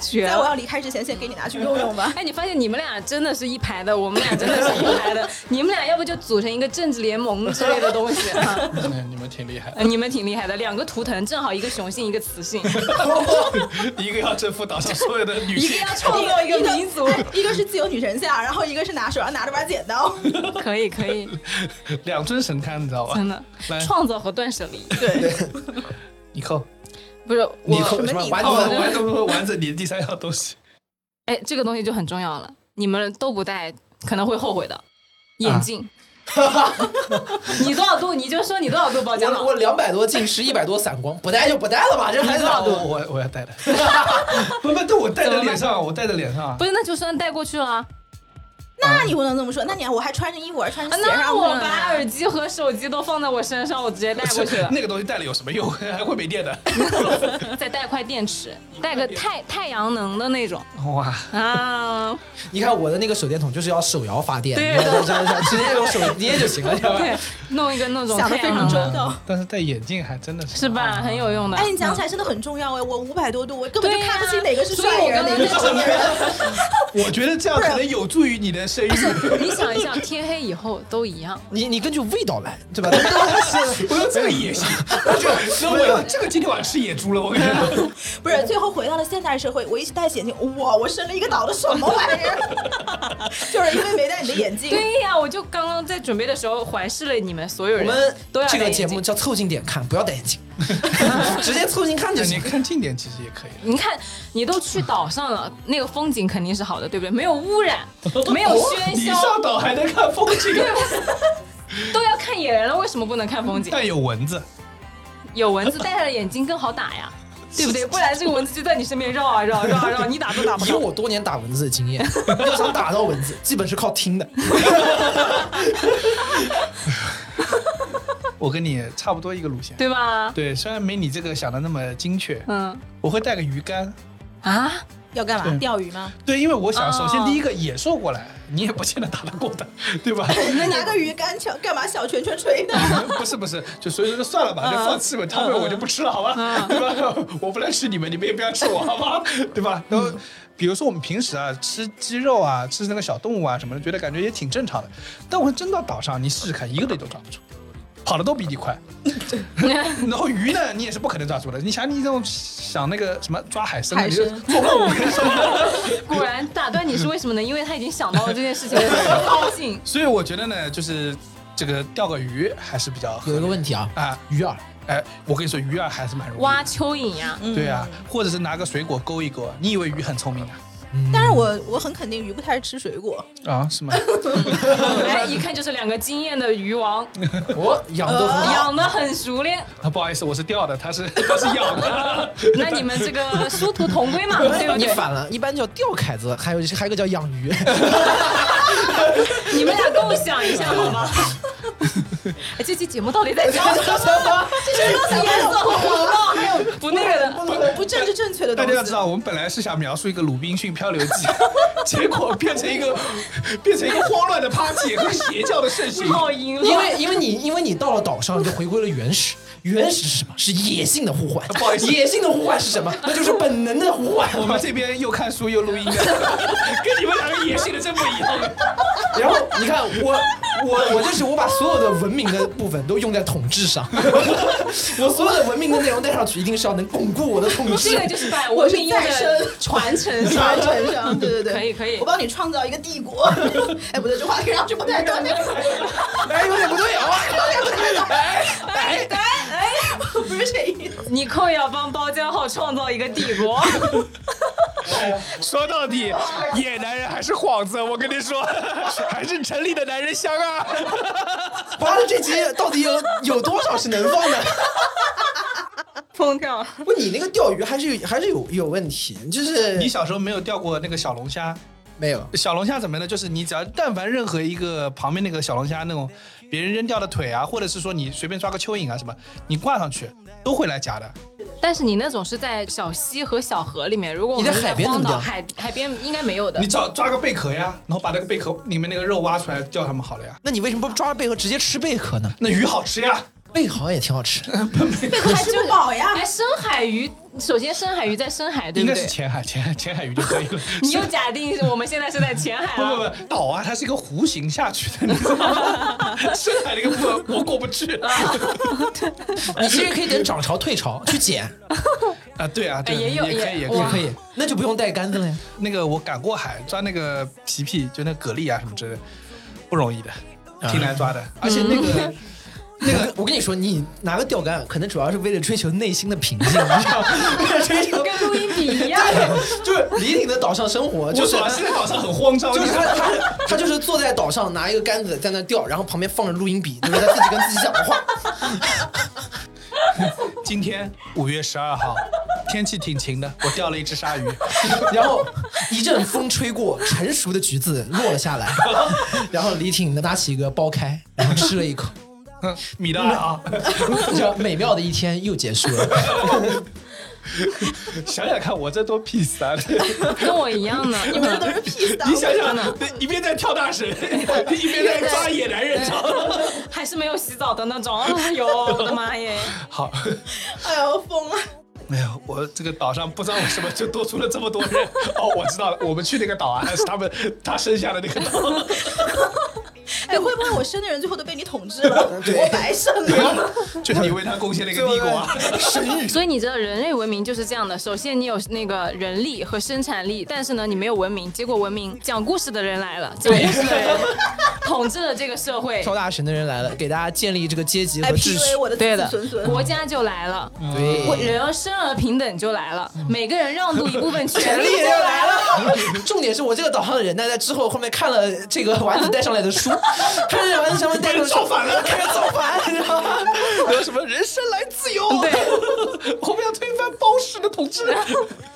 Speaker 5: 绝
Speaker 1: 在我
Speaker 5: 了。
Speaker 1: 要离开之前，先给你拿去用用 吧。
Speaker 5: 哎，你发现你们俩真的是一排的，我们俩真的是一排的。你们俩要不就组成一个政治联盟之类的东西、啊
Speaker 2: 嗯你们挺厉 害，
Speaker 5: 你们挺厉害的，两个图腾正好一个雄性一个雌性，
Speaker 2: 一个要征服岛上所有的女
Speaker 5: 一个
Speaker 2: 性
Speaker 5: 要，创造一个民族。
Speaker 1: 哎一个是自由女神像，然后一个是拿手上拿着把剪刀。
Speaker 5: 可以 可以，
Speaker 2: 两尊神龛，你知道吧？
Speaker 5: 真的
Speaker 2: 来
Speaker 5: 创造和断舍 离，
Speaker 1: 对，
Speaker 2: 你扣，
Speaker 5: 不是
Speaker 4: 你
Speaker 5: 我
Speaker 4: 扣什么丸
Speaker 2: 哦，
Speaker 4: 子？
Speaker 2: 完整完整你的第三样东西，
Speaker 5: 哎，这个东西就很重要了，你们都不戴可能会后悔
Speaker 4: 啊
Speaker 5: 的，眼 镜。你多少度？你就说你多少度包浆
Speaker 4: 我我
Speaker 5: 了。
Speaker 4: 两百多近视，一百多散光，不戴就不戴了吧，这还咋
Speaker 2: 我
Speaker 4: 多？
Speaker 2: 哎我我要戴的， 不不，这我戴在脸上，我戴在脸上啊
Speaker 5: 不。是，那就算带过去了啊。
Speaker 1: 那你不能这么说。那你我还穿着衣服，我还穿着鞋，然
Speaker 5: 啊那
Speaker 1: 后
Speaker 5: 我
Speaker 1: 呢
Speaker 5: 把耳机和手机都放在我身上，我直接带过去了。
Speaker 2: 那个东西戴了有什么用？ 还会没电的。
Speaker 5: 再带块电池，带个太太阳能的那种
Speaker 2: 哇，
Speaker 5: 啊。
Speaker 4: 你看我的那个手电筒就是要手摇发电，
Speaker 5: 对
Speaker 4: 你知道吗知道吗直接用手捏就行了，知道吧？
Speaker 5: 对，弄一个那种
Speaker 1: 想的
Speaker 5: 太
Speaker 1: 非
Speaker 5: 阳
Speaker 1: 常
Speaker 5: 能
Speaker 1: 周
Speaker 5: 的，
Speaker 1: 到。
Speaker 2: 但是戴眼镜还真的是
Speaker 5: 是
Speaker 4: 啊
Speaker 5: 吧？很有用的。
Speaker 1: 哎，你讲起来真的很重要哎，我五百多度，我根本就
Speaker 5: 对呀
Speaker 1: 看不清哪个是帅人，
Speaker 5: 所以
Speaker 1: 哪个
Speaker 5: 我
Speaker 1: 是
Speaker 5: 刚
Speaker 1: 丑
Speaker 5: 刚
Speaker 1: 人。
Speaker 2: 我觉得这样可能有助于你的生育。
Speaker 5: 你想一想，天黑以后都一样。
Speaker 4: 你你根据味道来，对吧？我
Speaker 2: 我用这个也行，那 我用这个今天晚上吃野猪了，我跟你 说。
Speaker 1: 不是，最后回到了现代社会，我一直戴眼镜，哇，我生了一个岛的什么玩意儿？就是因为没戴你的眼镜。
Speaker 5: 对呀，我就刚刚在准备的时候环视了你们所有
Speaker 4: 我
Speaker 5: 人，
Speaker 4: 们
Speaker 5: 都要
Speaker 4: 这
Speaker 5: 戴
Speaker 4: 个
Speaker 5: 眼
Speaker 4: 节
Speaker 5: 镜
Speaker 4: 目叫凑近点看，不要戴眼镜，直接凑近看就
Speaker 2: 你
Speaker 4: 行。
Speaker 2: 看近点其实也可以的。
Speaker 5: 你看，你都去岛上了，那个风景肯定是好的，对不对？没有 污染，没有
Speaker 2: 哦你
Speaker 5: 喧
Speaker 2: 上
Speaker 5: 嚣，
Speaker 2: 岛还能看风景，
Speaker 5: 都要看野人了，为什么不能看 风景？
Speaker 2: 但有蚊子。
Speaker 5: 有蚊子戴上了眼睛更好打呀，对不对？不然这个蚊子就在你身边绕啊绕啊绕啊绕啊，你打都打不
Speaker 4: 以
Speaker 5: 到。
Speaker 4: 我多年打蚊子的经验，要想打到蚊子，基本是靠听的。
Speaker 2: 我跟你差不多一个路线。
Speaker 5: 对吧？
Speaker 2: 对，虽然没你这个想的那么精确，
Speaker 5: 嗯
Speaker 2: 我会带个鱼竿。
Speaker 5: 啊，
Speaker 1: 要干嘛
Speaker 2: 对？
Speaker 1: 钓鱼吗？
Speaker 2: 对，因为我想，
Speaker 5: 哦
Speaker 2: 首先第一个野兽过来，你也不见得打得过他， 对吧？
Speaker 1: 你拿个鱼竿敲干嘛小拳拳捶呢？
Speaker 2: 不是不是，就所以说就算了吧，就放弃吧，他们我就不吃了，好吧？ 对吧？我不来吃你们，你们也不要吃我，好吧？ 对吧？然后比如说我们平时啊吃鸡肉啊，吃那个小动物啊什么的，觉得感觉也挺正常的，但我真到岛上，你试试看，一个雷都抓不住。跑的都比你快，然后鱼呢，你也是不可能抓住的。你想，你这种想那个什么抓海参，
Speaker 1: 海
Speaker 2: 你就
Speaker 1: 参
Speaker 2: 做梦，我跟你说。。
Speaker 5: 果然打断你是为什么呢？因为他已经想到了这件 事情的可靠性
Speaker 2: 所以我觉得呢，就是这个钓个鱼还是比较合
Speaker 4: 有一
Speaker 2: 理
Speaker 4: 个问题啊，
Speaker 2: 啊。
Speaker 4: 鱼饵，
Speaker 2: 哎，我跟你说，鱼饵还是蛮容易的
Speaker 5: 挖蚯蚓呀、
Speaker 2: 对啊，或者是拿个水果勾一勾啊。你以为鱼很聪明啊？
Speaker 1: 但是我我很肯定鱼不太吃水果，
Speaker 2: 啊，是吗？
Speaker 5: 来哎一看就是两个经验的鱼王，
Speaker 4: 我养的很好，
Speaker 5: 养的很熟练。
Speaker 2: 啊，不好意思，我是钓的，它是它是咬 的。
Speaker 5: 那你们这个殊途同归嘛，对不
Speaker 4: 你
Speaker 5: 对？
Speaker 4: 反了，一般叫钓凯子，还有还有一个叫养鱼，
Speaker 5: 你们俩共享一下好吗？哎，这期节目到底在讲什么？这是都是颜色火爆，还有不那个的。
Speaker 1: 不政治正确的
Speaker 2: 大
Speaker 1: 东
Speaker 2: 家要知
Speaker 1: 西。
Speaker 2: 道，我们本来是想描述一个鲁滨逊漂流记， 结果变成一个变成一个慌乱的 party 和邪教的盛行。
Speaker 5: 泡赢 了，
Speaker 4: 因为因为你因为你到了岛上，你就回归了原始。 原始是什么？是野性的呼唤。
Speaker 2: 不好意思
Speaker 4: 野性的呼唤是什么？ 那就是本能的呼唤。
Speaker 2: 我们这边又看书又录音的， 跟你们两个野性的真不一样。
Speaker 4: 然后你看我我我就是我把所有的文明的部分都用在统治上， 我所有的文明的内容带上去，一定是要能巩固我的统治
Speaker 5: 这。 个就是把
Speaker 1: 我
Speaker 5: 文
Speaker 1: 是
Speaker 5: 明
Speaker 1: 再
Speaker 5: 的
Speaker 1: 生
Speaker 5: 传承上
Speaker 1: 传。承上，对对对，
Speaker 5: 可以可以
Speaker 1: 我帮你创造一个帝国。哎，不对，这话听上去不太对。
Speaker 4: 哎，有点不对啊！
Speaker 5: 哎哎，
Speaker 1: 不是这意思。
Speaker 5: 你扣要帮包浆号创造一个帝国，
Speaker 2: 说到底，野哎男人还是幌子。我跟你说， 还是城里的男人香啊。
Speaker 4: 完了，这集到底有有多少是能放的？
Speaker 5: 疯掉！
Speaker 4: 不，你那个钓鱼还是有还是有有问题，就是
Speaker 2: 你小时候没有钓过那个小龙虾？
Speaker 4: 没有
Speaker 2: 小龙虾怎么呢？就是你只要但凡任何一个旁边那个小龙虾那种别人扔掉的腿啊，或者是说你随便抓个蚯蚓啊什么，你挂上去都会来夹的。
Speaker 5: 但是你那种是在小溪和小河里面，如果我
Speaker 4: 你
Speaker 5: 们
Speaker 4: 在海边
Speaker 5: 荒
Speaker 4: 怎么
Speaker 5: 岛
Speaker 4: 钓
Speaker 5: 海海边应该没有的
Speaker 2: 你。找抓个贝壳呀，然后把那个贝壳里面那个肉挖出来钓它们好了呀。
Speaker 4: 那你为什么不抓贝壳直接吃贝壳呢？
Speaker 2: 那鱼好吃呀，
Speaker 4: 贝壳好像也挺好吃，
Speaker 1: 还吃不饱呀，
Speaker 5: 哎，深海鱼，首先深海鱼在深海，对
Speaker 2: 应
Speaker 5: 不
Speaker 2: 该是
Speaker 5: 对？
Speaker 2: 浅海，浅海浅海鱼就可以了。
Speaker 5: 你又假定我们现在是在浅海
Speaker 2: 不不
Speaker 5: 了。
Speaker 2: 不，岛啊，它是一个弧形下去的，你 知道吗？深海那个部分我过不去
Speaker 5: 啊
Speaker 4: 你其实可以等涨潮退潮去捡，
Speaker 2: 啊。对啊，对，
Speaker 5: 哎也有
Speaker 2: 也可以，
Speaker 5: 也
Speaker 2: 也
Speaker 5: 哇
Speaker 4: 也
Speaker 2: 可以。
Speaker 4: 可以，那就不用带杆子了呀。
Speaker 2: 那个我赶过海抓那个皮皮，就那蛤蜊啊什么之类的，不容易的，挺难抓的。而且那个
Speaker 4: 那个，我跟你说，你拿个钓竿，可能主要是为了追求内心的平静，你知道吗？为了追求，
Speaker 5: 跟录音笔一 样，
Speaker 4: 对，就是李挺的岛上生活，
Speaker 2: 我
Speaker 4: 就是
Speaker 2: 主要啊是在岛上很慌张，
Speaker 4: 就是
Speaker 2: 你知道
Speaker 4: 他
Speaker 2: 吗
Speaker 4: 他他就是坐在岛上拿一个杆子在那钓，然后旁边放着录音笔，就是他自己跟自己讲的话。
Speaker 2: 今天五月十二号，天气挺晴的，我钓了一只鲨鱼。
Speaker 4: 然后一阵风吹过，成熟的橘子落了下来，然后李挺拿起一个剥开，然后吃了一口，
Speaker 2: 米大啊，
Speaker 4: 这样美妙的一天又结束了。
Speaker 2: 想想看，我这多 p 三、啊！
Speaker 5: 跟我一 样的。
Speaker 1: 你们这都是屁嗓。
Speaker 2: 你想想，一边在跳大神，一边在抓野男人，知道吗
Speaker 5: 还是没有洗澡的那 种。哎呦，我的妈耶！
Speaker 2: 好，
Speaker 1: 哎呦疯了！
Speaker 2: 没有，我这个岛上不知道为什么就多出了这么多人。哦，我知道了，我们去那个岛啊，是他们他生下的那个岛。
Speaker 1: 哎，会不会我生的人最后都被你统治了？
Speaker 4: 对
Speaker 1: 我白生了。
Speaker 2: 就你为他贡献了一个帝国啊！
Speaker 5: 所以你知道人类文明就是这样的，首先你有那个人力和生产力，但是呢你没有文明，结果文明讲故事的人来了，讲故 事的人统治了这个社 会，
Speaker 4: 跳大神的人来了，给大家建立这个阶级和
Speaker 1: 哎
Speaker 4: 秩序
Speaker 1: ，PUA。我的
Speaker 5: 对
Speaker 1: 子
Speaker 5: 的
Speaker 1: 子孙孙。
Speaker 5: 国家就来了，我
Speaker 4: 对，
Speaker 5: 人生而平等就来了，每个人让渡一部分嗯 权利
Speaker 4: 力
Speaker 5: 就
Speaker 4: 也来
Speaker 5: 来了。
Speaker 4: 了。 重点是我这个岛上的人呢，在之后后面看了这个丸子带上来的 书，看着丸子上面带着造反了，开始造反，然后
Speaker 2: 有什么人生来自由？
Speaker 5: 对，
Speaker 2: 我们要推翻包氏的统治。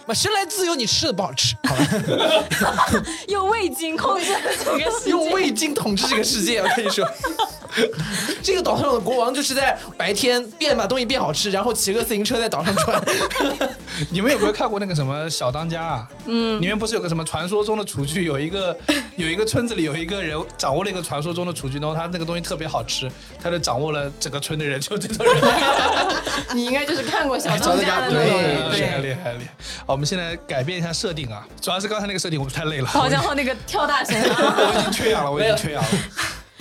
Speaker 4: 妈生来自由，你吃的不好吃，好吧？
Speaker 5: 用味精控制了整个世界，
Speaker 4: 用味精统治这个世界，我跟你说， 这个岛上的国王就是在白天变把东西变好吃，然后骑个自行车在岛上转。
Speaker 2: 你们有没有看过那个什么《小当家》啊？嗯，里面不是有个什么传说中的厨具，有一个 有一个村子里有一个人掌握了一个传说中的厨具，然后他那个东西特别好吃，他就掌握了整个村的人，就这种人。
Speaker 5: 你应该就是看过哎小
Speaker 4: 小
Speaker 5: 当
Speaker 4: 当
Speaker 5: 家
Speaker 4: 家
Speaker 5: 的
Speaker 4: 对
Speaker 5: 那种
Speaker 4: 对
Speaker 2: 厉
Speaker 5: 人，
Speaker 2: 害厉害厉害！好，我们现在改变一下设定啊，主要是刚才那个设定我们太累了，
Speaker 5: 包江浩那个跳大神啊，
Speaker 2: 我已经缺氧了，我已经缺氧了。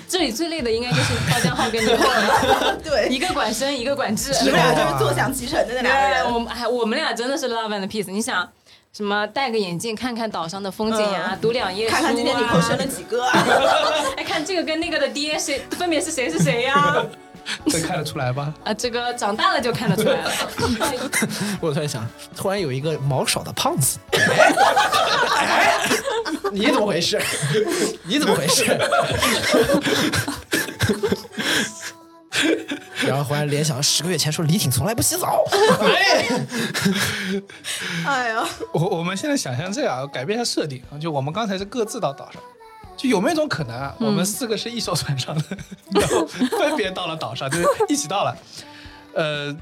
Speaker 5: 这里最累的应该就是包江浩跟刘浩了，
Speaker 1: 对，
Speaker 5: 一个管生，一个管制。
Speaker 1: 你们俩就是坐享其成的那
Speaker 5: 对
Speaker 1: 两个人。
Speaker 5: 我们哎，我们俩真的是 love and peace。你想，什么戴个眼镜看看岛上的风景呀、
Speaker 1: 嗯
Speaker 5: 读两页书啊，
Speaker 1: 看看今天女朋友生了几个啊、
Speaker 5: 哎，看这个跟那个的爹谁分别是谁是谁呀、 啊？
Speaker 2: 这看得出来吧？
Speaker 5: 这个长大了就看得出来 了。
Speaker 4: 我突然想，突然有一个毛少的胖子， 你怎么回事？ 你怎么回事？ 然后忽然联想，十个月前说李挺从来不洗 澡，
Speaker 1: 哎呦，
Speaker 2: 我我们现在想象这样，改变一下设定，就我们刚才是各自到岛上，就有没有一种可能啊？我们四个是一艘船上的，然后分别到了岛上，就是一起到了。呃，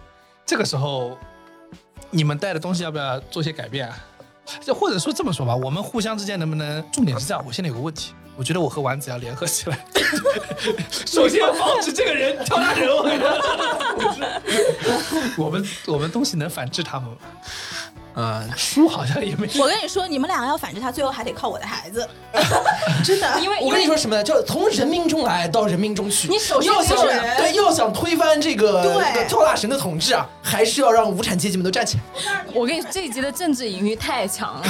Speaker 2: 这个时候你们带的东西要不要做些改变啊？就或者说这么说吧，我们互相之间能不能？重点是这样，我现在有个问题，我觉得我和丸子要联合起来，首先要防止这个人跳大人。我跟你说我们我们东西能反制他们吗？
Speaker 4: 啊、
Speaker 2: 书好像也没
Speaker 1: 我跟你说，你们俩要反制他，最后还得靠我的孩子， 真的。
Speaker 5: 因为
Speaker 4: 我跟你说，什么呢？就是从人民中来到人民中去。
Speaker 5: 你首先
Speaker 4: 要想
Speaker 5: 得有人
Speaker 4: 对，要想推翻这个
Speaker 1: 对
Speaker 4: 跳大神的统治啊，还是要让无产阶级们都站起来。
Speaker 5: 我跟你说，这一集的政治隐喻太强 了。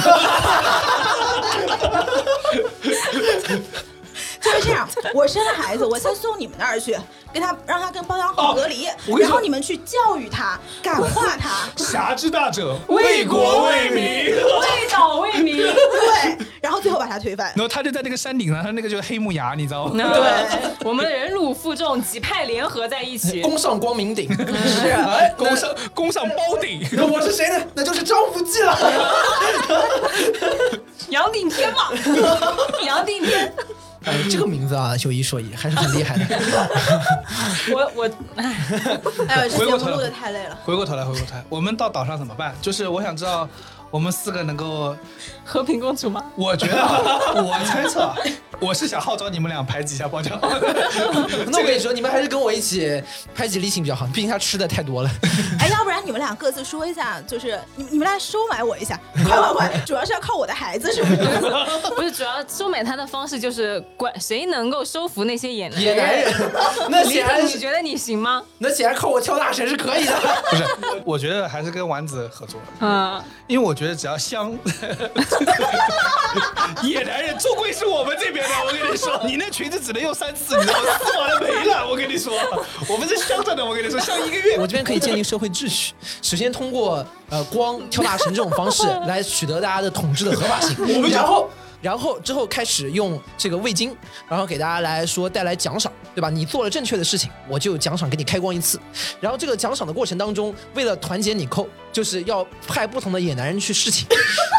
Speaker 1: 就是这样，我生了孩子，我先送你们那儿去，跟他让他跟包养好隔离，
Speaker 2: 啊我跟你说
Speaker 1: 然后你们去教育他，感化 他，
Speaker 2: 侠之大者，
Speaker 5: 为
Speaker 2: 国
Speaker 5: 为
Speaker 2: 民。
Speaker 5: 为岛为民。
Speaker 1: 对，然后最后把他推翻
Speaker 2: 然。后他就在那个山顶上，他那个就是黑木崖，你知 道吗？
Speaker 5: 对，我们忍辱负重，几派联合在 一起。
Speaker 4: 攻上光明顶， 是哎，
Speaker 2: 攻上攻上包顶，
Speaker 4: 那我是谁呢？那就是张无忌了。
Speaker 5: 杨顶天 嘛，杨顶天，
Speaker 4: 哎，这个名字啊，有一说一，还是很厉害的。
Speaker 5: 我我哎，
Speaker 1: 哎呦，这
Speaker 2: 回
Speaker 1: 节目
Speaker 2: 过头来
Speaker 1: 录的太累了。
Speaker 2: 回过头来，回过头来，我们到岛上怎么办？就是我想知道，我们四个能够，
Speaker 5: 和平共处吗？
Speaker 2: 我觉得啊，我猜测啊，我是想号召你们俩排挤一下包浆。
Speaker 4: 那我跟你说，你们还是跟我一起拍几例行比较好，毕竟他吃的太 多了。
Speaker 1: 哎，要不然你们俩各自说一下，就是你你们来收买我一下，快快快！主要是要靠我的孩子，是不 是？
Speaker 5: 不是，主要收买他的方式就是管谁能够收服那些野男
Speaker 4: 野男人，那
Speaker 5: 李
Speaker 4: 显
Speaker 5: 总，
Speaker 4: 然
Speaker 5: 你
Speaker 4: 是，
Speaker 5: 觉得你行吗？
Speaker 4: 那显然靠我跳大神是可以的。
Speaker 2: 不是，我觉得还是跟丸子合作，
Speaker 5: 嗯，
Speaker 2: 因为我觉得只要香， 野男人终归是我们这边的。我跟你说，你那裙子只能用三次，你知道吗？撕完了没了。我跟你说，我们是香着呢。我跟你说，香一个月。
Speaker 4: 我这边可以建立社会秩序，首先通过呃光跳大神这种方式来取得大家的统治的合 法性，然后。然后之后开始用这个味精，然后给大家来说带来奖赏，对吧？你做了正确的事情，我就奖赏给你开光一次。然后这个奖赏的过程当中，为了团结你寇，就是要派不同的野男人去 侍寝。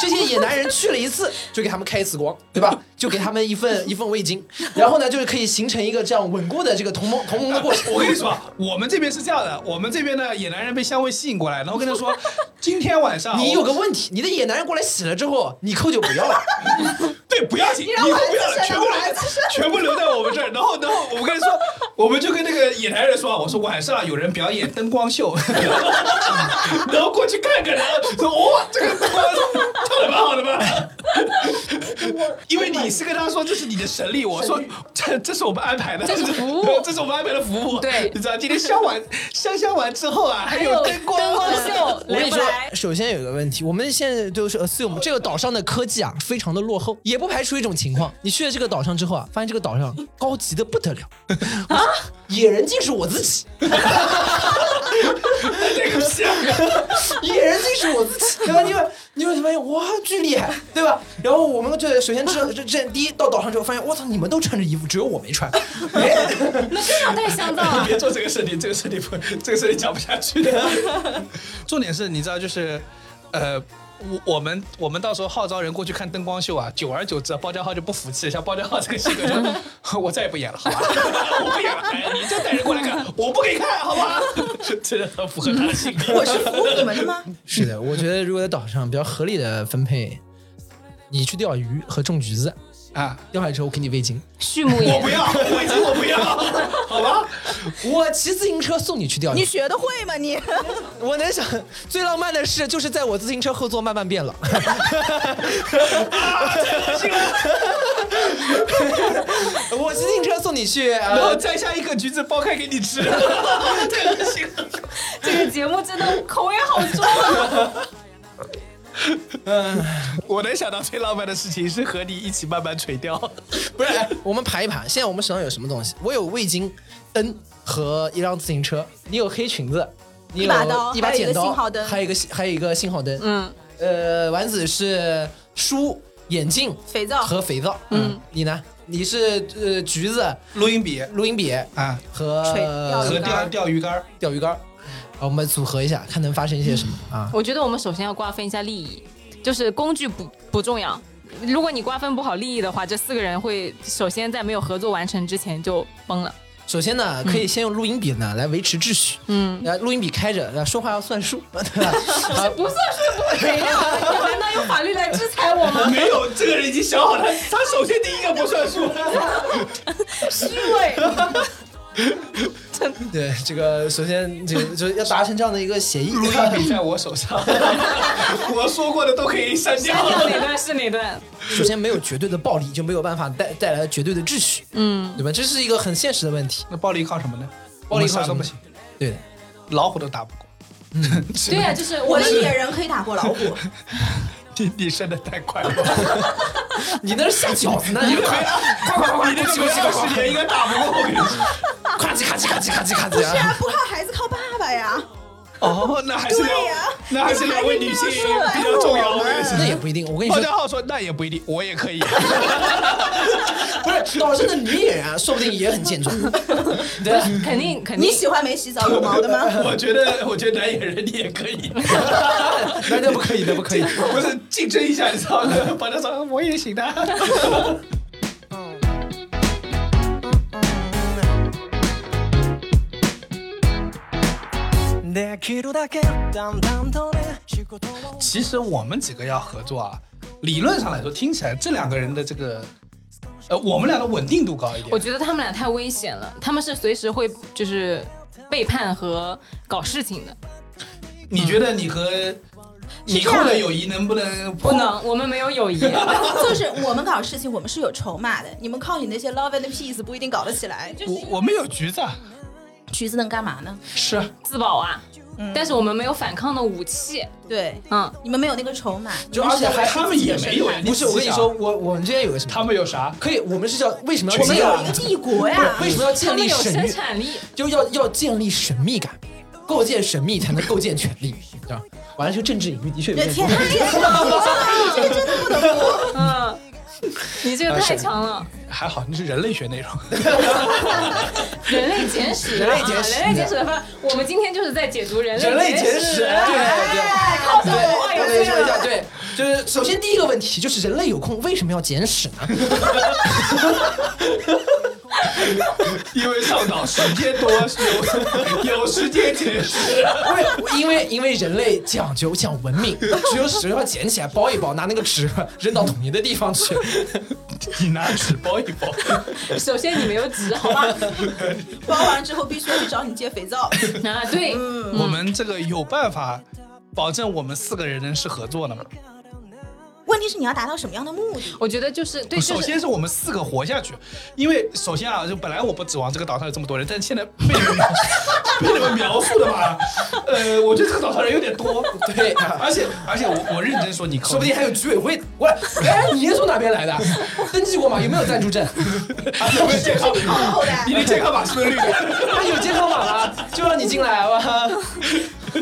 Speaker 4: 这些野男人去了一次，就给他们开一次光，对吧？就给他们一份一份味精。然后呢，就是可以形成一个这样稳固的这个同盟同盟的过程。
Speaker 2: 我跟你说，我们这边是这样的，我们这边呢，野男人被香味吸引过来，然后跟他说，今天晚上
Speaker 4: 你有
Speaker 2: 个
Speaker 4: 个问题，你的野男人过来洗了之后，你扣就不 要了。
Speaker 2: 对不要紧，以后不要了，全部留在全部留在我们这儿。然后，然后我们跟他说， 我们就跟那个野男人说，我说晚上啊有人表演灯光秀， 然后过去看看，然后说哇、这个灯光唱的蛮好的嘛。因为你是跟他说这是你的神力，我说这这是我们安排的，
Speaker 5: 这是服务
Speaker 2: 这是我们安排的服务。
Speaker 5: 对
Speaker 2: 你知道今天香完香香完之后啊，还 有灯光
Speaker 5: 灯光
Speaker 2: 啊
Speaker 5: 秀
Speaker 4: 我跟
Speaker 5: 来
Speaker 4: 你
Speaker 5: 不
Speaker 4: 说
Speaker 5: 来，？
Speaker 4: 首先有一个问题，我们现在就是 assume 这个岛上的科技啊，非常的落后，也不排除一种情况，你去了这个岛上之后啊，发现这个岛上高级的不 得了啊，野人竟是我自己，
Speaker 2: 这个 香。
Speaker 4: 野人竟是我自己，对吧？你会你会发现哇，巨厉害，对吧？然后我们就首先知道，这这第一到岛上之后，发现我操，你们都穿着衣服，只有我没穿，
Speaker 5: 那这样太 香皂 了。
Speaker 2: 别做这个设定，这个 设定不，这个设定讲不下去的。重点是，你知道，就是，呃，我我们我们到时候号召人过去看灯光秀啊，久而久之啊，包家浩就不服气了，像包家浩这个性格就， 我再也不演了，好吧？我不演了，哎，你再带人过来看，我不给看，好吧？ 真的很符合他的性格。
Speaker 1: 我是服你们的吗？
Speaker 4: 是 的，我觉得如果在岛上比较合理的分配，你去钓鱼和种橘子，
Speaker 2: 啊，
Speaker 4: 钓下来之后给你味精，
Speaker 5: 畜牧
Speaker 2: 我
Speaker 5: 业
Speaker 2: 不，要，我已经我不要，好吧？
Speaker 4: 我骑自行车送你去钓
Speaker 1: 你
Speaker 4: 鱼。
Speaker 1: 学得会吗？你
Speaker 4: 我能想最浪漫的事就是在我自行车后座慢慢变老。 我骑自行车送你去，
Speaker 2: 然后
Speaker 4: 呃，
Speaker 2: 摘下一个橘子剥开给你吃， 太恶心了。
Speaker 5: 这个节目真的口味好重啊！
Speaker 2: 我能想到最浪漫的事情是和你一起慢慢垂钓，
Speaker 4: 不是，哎 我们盘一盘，现在我们手上有什么东西？我有味精、灯和一辆自行车，你有黑裙子，你有
Speaker 1: 一把刀
Speaker 4: 一把
Speaker 1: 还有一个
Speaker 4: 剪刀
Speaker 1: 信号，灯
Speaker 4: 还有一个信还有一个信号灯，
Speaker 5: 嗯，
Speaker 4: 呃，丸子是书、眼镜
Speaker 1: 肥皂
Speaker 4: 和肥皂。嗯，你呢？你是呃橘子、
Speaker 2: 录音笔
Speaker 4: 录音笔
Speaker 2: 啊，
Speaker 4: 和
Speaker 1: 锤
Speaker 2: 和
Speaker 1: 钓鱼竿
Speaker 2: 钓钓鱼竿儿。
Speaker 4: 钓鱼竿儿，啊我们组合一下，看能发生一些什么
Speaker 1: 嗯
Speaker 4: 啊？
Speaker 5: 我觉得我们首先要瓜分一下利益，就是工具不不重要。如果你瓜分不好利益的话，这四个人会首先在没有合作完成之前就崩了。
Speaker 4: 首先呢，
Speaker 1: 嗯
Speaker 4: 可以先用录音笔呢来维持秩序。嗯，然后录音笔开着，然呃后说话要算数， 对吧？啊，
Speaker 5: 不算是不赔啊！你难道用法律来制裁我 吗？
Speaker 2: 没有，这个人已经想好了，他首先第一个不算数。
Speaker 5: 虚伪。
Speaker 4: 对，这个首先这个就要达成这样的一个协议。
Speaker 2: 录音笔在我手 上，我说过的都可以删掉。
Speaker 5: 要哪段是哪段？
Speaker 4: 首先没有绝对的暴力，就没有办法带带来绝对的秩序，
Speaker 5: 嗯，
Speaker 4: 对吧？这是一个很现实的问题。
Speaker 2: 那暴力靠什么呢？我
Speaker 4: 暴力靠
Speaker 2: 们啥
Speaker 4: 什
Speaker 2: 都
Speaker 4: 么
Speaker 2: 不行，嗯
Speaker 4: 对的，
Speaker 2: 老虎都打不过。
Speaker 5: 对
Speaker 2: 啊
Speaker 5: 呀、就是
Speaker 1: 我
Speaker 5: 我
Speaker 1: 的野
Speaker 5: 们
Speaker 1: 人可以打过老虎，
Speaker 2: 你你升的太快了，
Speaker 4: 你那是下饺子呢？你快
Speaker 2: 你这个没有十年应该打不过我跟你说。
Speaker 4: 咔叽咔叽咔叽咔叽咔叽
Speaker 1: 虽
Speaker 4: 啊！
Speaker 1: 然 不靠孩子，靠爸爸呀。
Speaker 2: 哦，那还是两
Speaker 1: 对呀
Speaker 2: 那还是两位女性比较重 要。我跟你
Speaker 4: 那
Speaker 2: 说，
Speaker 4: 也不一定，我跟你
Speaker 2: 包
Speaker 4: 说，
Speaker 2: 家浩说那也不一定，我也可以。
Speaker 4: 不是岛上的女演员啊，说不定也很健壮。对吧，
Speaker 5: 肯定肯定
Speaker 1: 你喜欢没洗澡有毛的吗？
Speaker 2: 我觉得，我觉得男演员你也可 以，
Speaker 4: 那那不可以，那不可以。
Speaker 2: 不是竞争一下，你知道吗？ 包家浩我也行的。啊
Speaker 6: できるだけだんだんとね仕事を
Speaker 2: 其实我们几个要合作啊，理论上来说，听起来这两个人的这个，呃，我们俩的稳定度高一
Speaker 5: 我
Speaker 2: 点。
Speaker 5: 觉得他们俩太危险了，他们是随时会就是背叛和搞事情的。
Speaker 2: 你觉得你和你
Speaker 1: 这样
Speaker 2: 后的友谊能不能
Speaker 5: 不能，我们没有 友谊。
Speaker 1: 就是我们搞事情，我们是有筹码的。你们靠你那些 love and peace 不一定搞得起来。就
Speaker 2: 我我们有橘子啊，
Speaker 1: 橘子能干嘛呢？
Speaker 2: 是啊
Speaker 5: 自保啊，
Speaker 4: 嗯
Speaker 5: 但是我们没有反抗的武器。
Speaker 1: 对，
Speaker 5: 嗯，
Speaker 1: 你们没有那个筹码，
Speaker 4: 就而且还
Speaker 2: 他们也没有呀。
Speaker 4: 不是，我跟你说，，我我们之间有个什么？
Speaker 2: 他们有啥？
Speaker 4: 可以，我们是叫为什么要
Speaker 1: 我们
Speaker 4: 建
Speaker 1: 有一个
Speaker 4: 立？
Speaker 1: 帝国呀。
Speaker 4: 为什么要
Speaker 5: 他
Speaker 4: 建
Speaker 5: 们
Speaker 4: 立
Speaker 5: 有生
Speaker 4: 神？
Speaker 5: 产力，
Speaker 4: 就要要建立神秘感，构建神秘才能构建权力，你知道吗？完了，这个政治隐喻的确有
Speaker 1: 对，
Speaker 4: 点
Speaker 1: 天哪，这个不能播，这个真的不能播。
Speaker 5: 嗯，你
Speaker 4: 啊
Speaker 5: 这个太强了，
Speaker 2: 还好那是人类学内容，
Speaker 5: 人类简史啊，
Speaker 4: 人类简史
Speaker 5: 人类简史的话，我们今天就是在解读人
Speaker 4: 人类
Speaker 5: 类
Speaker 4: 简史，
Speaker 5: 史，
Speaker 4: 对对。
Speaker 5: 靠着文化
Speaker 4: 对，
Speaker 5: 游
Speaker 4: 对
Speaker 5: 戏
Speaker 4: 说一下，
Speaker 5: 了。
Speaker 4: 对，就是首先第一个问题就是人类有空为什么要捡屎呢？
Speaker 2: 因为上岛时间多，有 有时间解释。
Speaker 4: 不是，因为因为人类讲究讲文明，只有屎要捡起来包一包，拿那个纸扔到统一的地方去。
Speaker 2: 你拿纸包一包，
Speaker 5: 首先你没有纸，好吧？
Speaker 1: 包完之后必须要去找你借肥 皂。
Speaker 5: 啊，对，
Speaker 4: 嗯
Speaker 2: 嗯我们这个有办法保证我们四个人能是合作的吗？
Speaker 1: 问题是你要达到什么样的目的？
Speaker 5: 我觉得就是对，
Speaker 2: 首
Speaker 5: 就是
Speaker 2: 先是我们四个活下去，因为首先啊，就本来我不指望这个岛上有这么多人，但现在被你们描 被你们描述的吧，呃，我觉得这个岛上人有点多，
Speaker 4: 对啊
Speaker 2: 而且而且我我认真说，你
Speaker 4: 说不定还有居委会过来，哎，你是从哪边来的？登记过吗？有没有暂住证？
Speaker 2: 有没有 健康
Speaker 1: 厚厚的
Speaker 2: 码？你的健康码是不是绿的？
Speaker 4: 啊，有健康码了，就让你进来吧。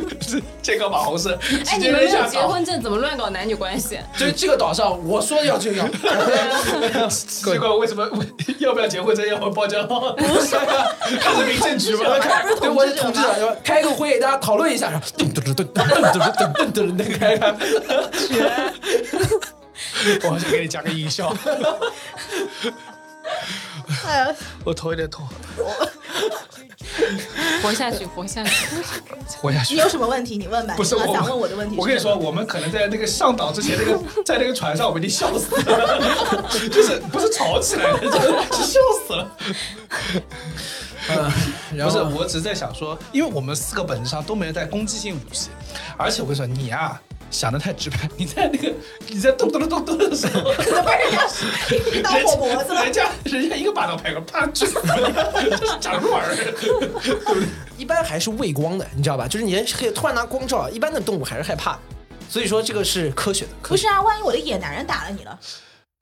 Speaker 2: 健康码红是
Speaker 5: 哎，
Speaker 2: 直
Speaker 5: 你
Speaker 2: 接
Speaker 5: 们没
Speaker 2: 扔
Speaker 5: 有
Speaker 2: 下
Speaker 5: 结
Speaker 2: 岛。
Speaker 5: 婚证，怎么乱搞男女关系？
Speaker 4: 就是这个岛上，我说要就要，
Speaker 2: 奇怪，为什么 要不要结婚证要不要报销？不是啊，他是民政局吗？
Speaker 4: 对，我是统治者，就开个会，大家讨论一下，然后噔噔噔噔噔噔噔噔噔噔开开。
Speaker 2: 我好想给你加个音效，
Speaker 1: 哎呀，
Speaker 2: 我头有点痛，
Speaker 5: 活下去，活下 去。
Speaker 2: 活下去
Speaker 1: 你。有什么问题你问吧。
Speaker 2: 不是
Speaker 1: 你要
Speaker 2: 我
Speaker 1: 想问我的问题，
Speaker 2: 我跟你说，，我们可能在那个上岛之前，那个 在那个船上，我们已经笑死了， 就是不是吵起来了，就是是笑死了。
Speaker 4: 然
Speaker 2: 不是，
Speaker 4: 后
Speaker 2: 我只是在想说，因为我们四个本质上都没有带攻击性武器，而且我跟你说，你啊想的太直白，你在那个你在咚咚咚咚咚的时候，
Speaker 1: 可能把人家一刀
Speaker 2: 人
Speaker 1: 火脖子
Speaker 2: 家
Speaker 1: 了
Speaker 2: 人。家人家一个巴掌拍过来，啪 去死了，这是讲什么玩意儿？
Speaker 4: 一般还是畏光的，你知道吧？就是你人可以突然拿光照，一般的动物还是害怕的。所以说这个是科学的，科
Speaker 1: 不
Speaker 4: 学
Speaker 1: 是啊，万一我的野男人打了你了，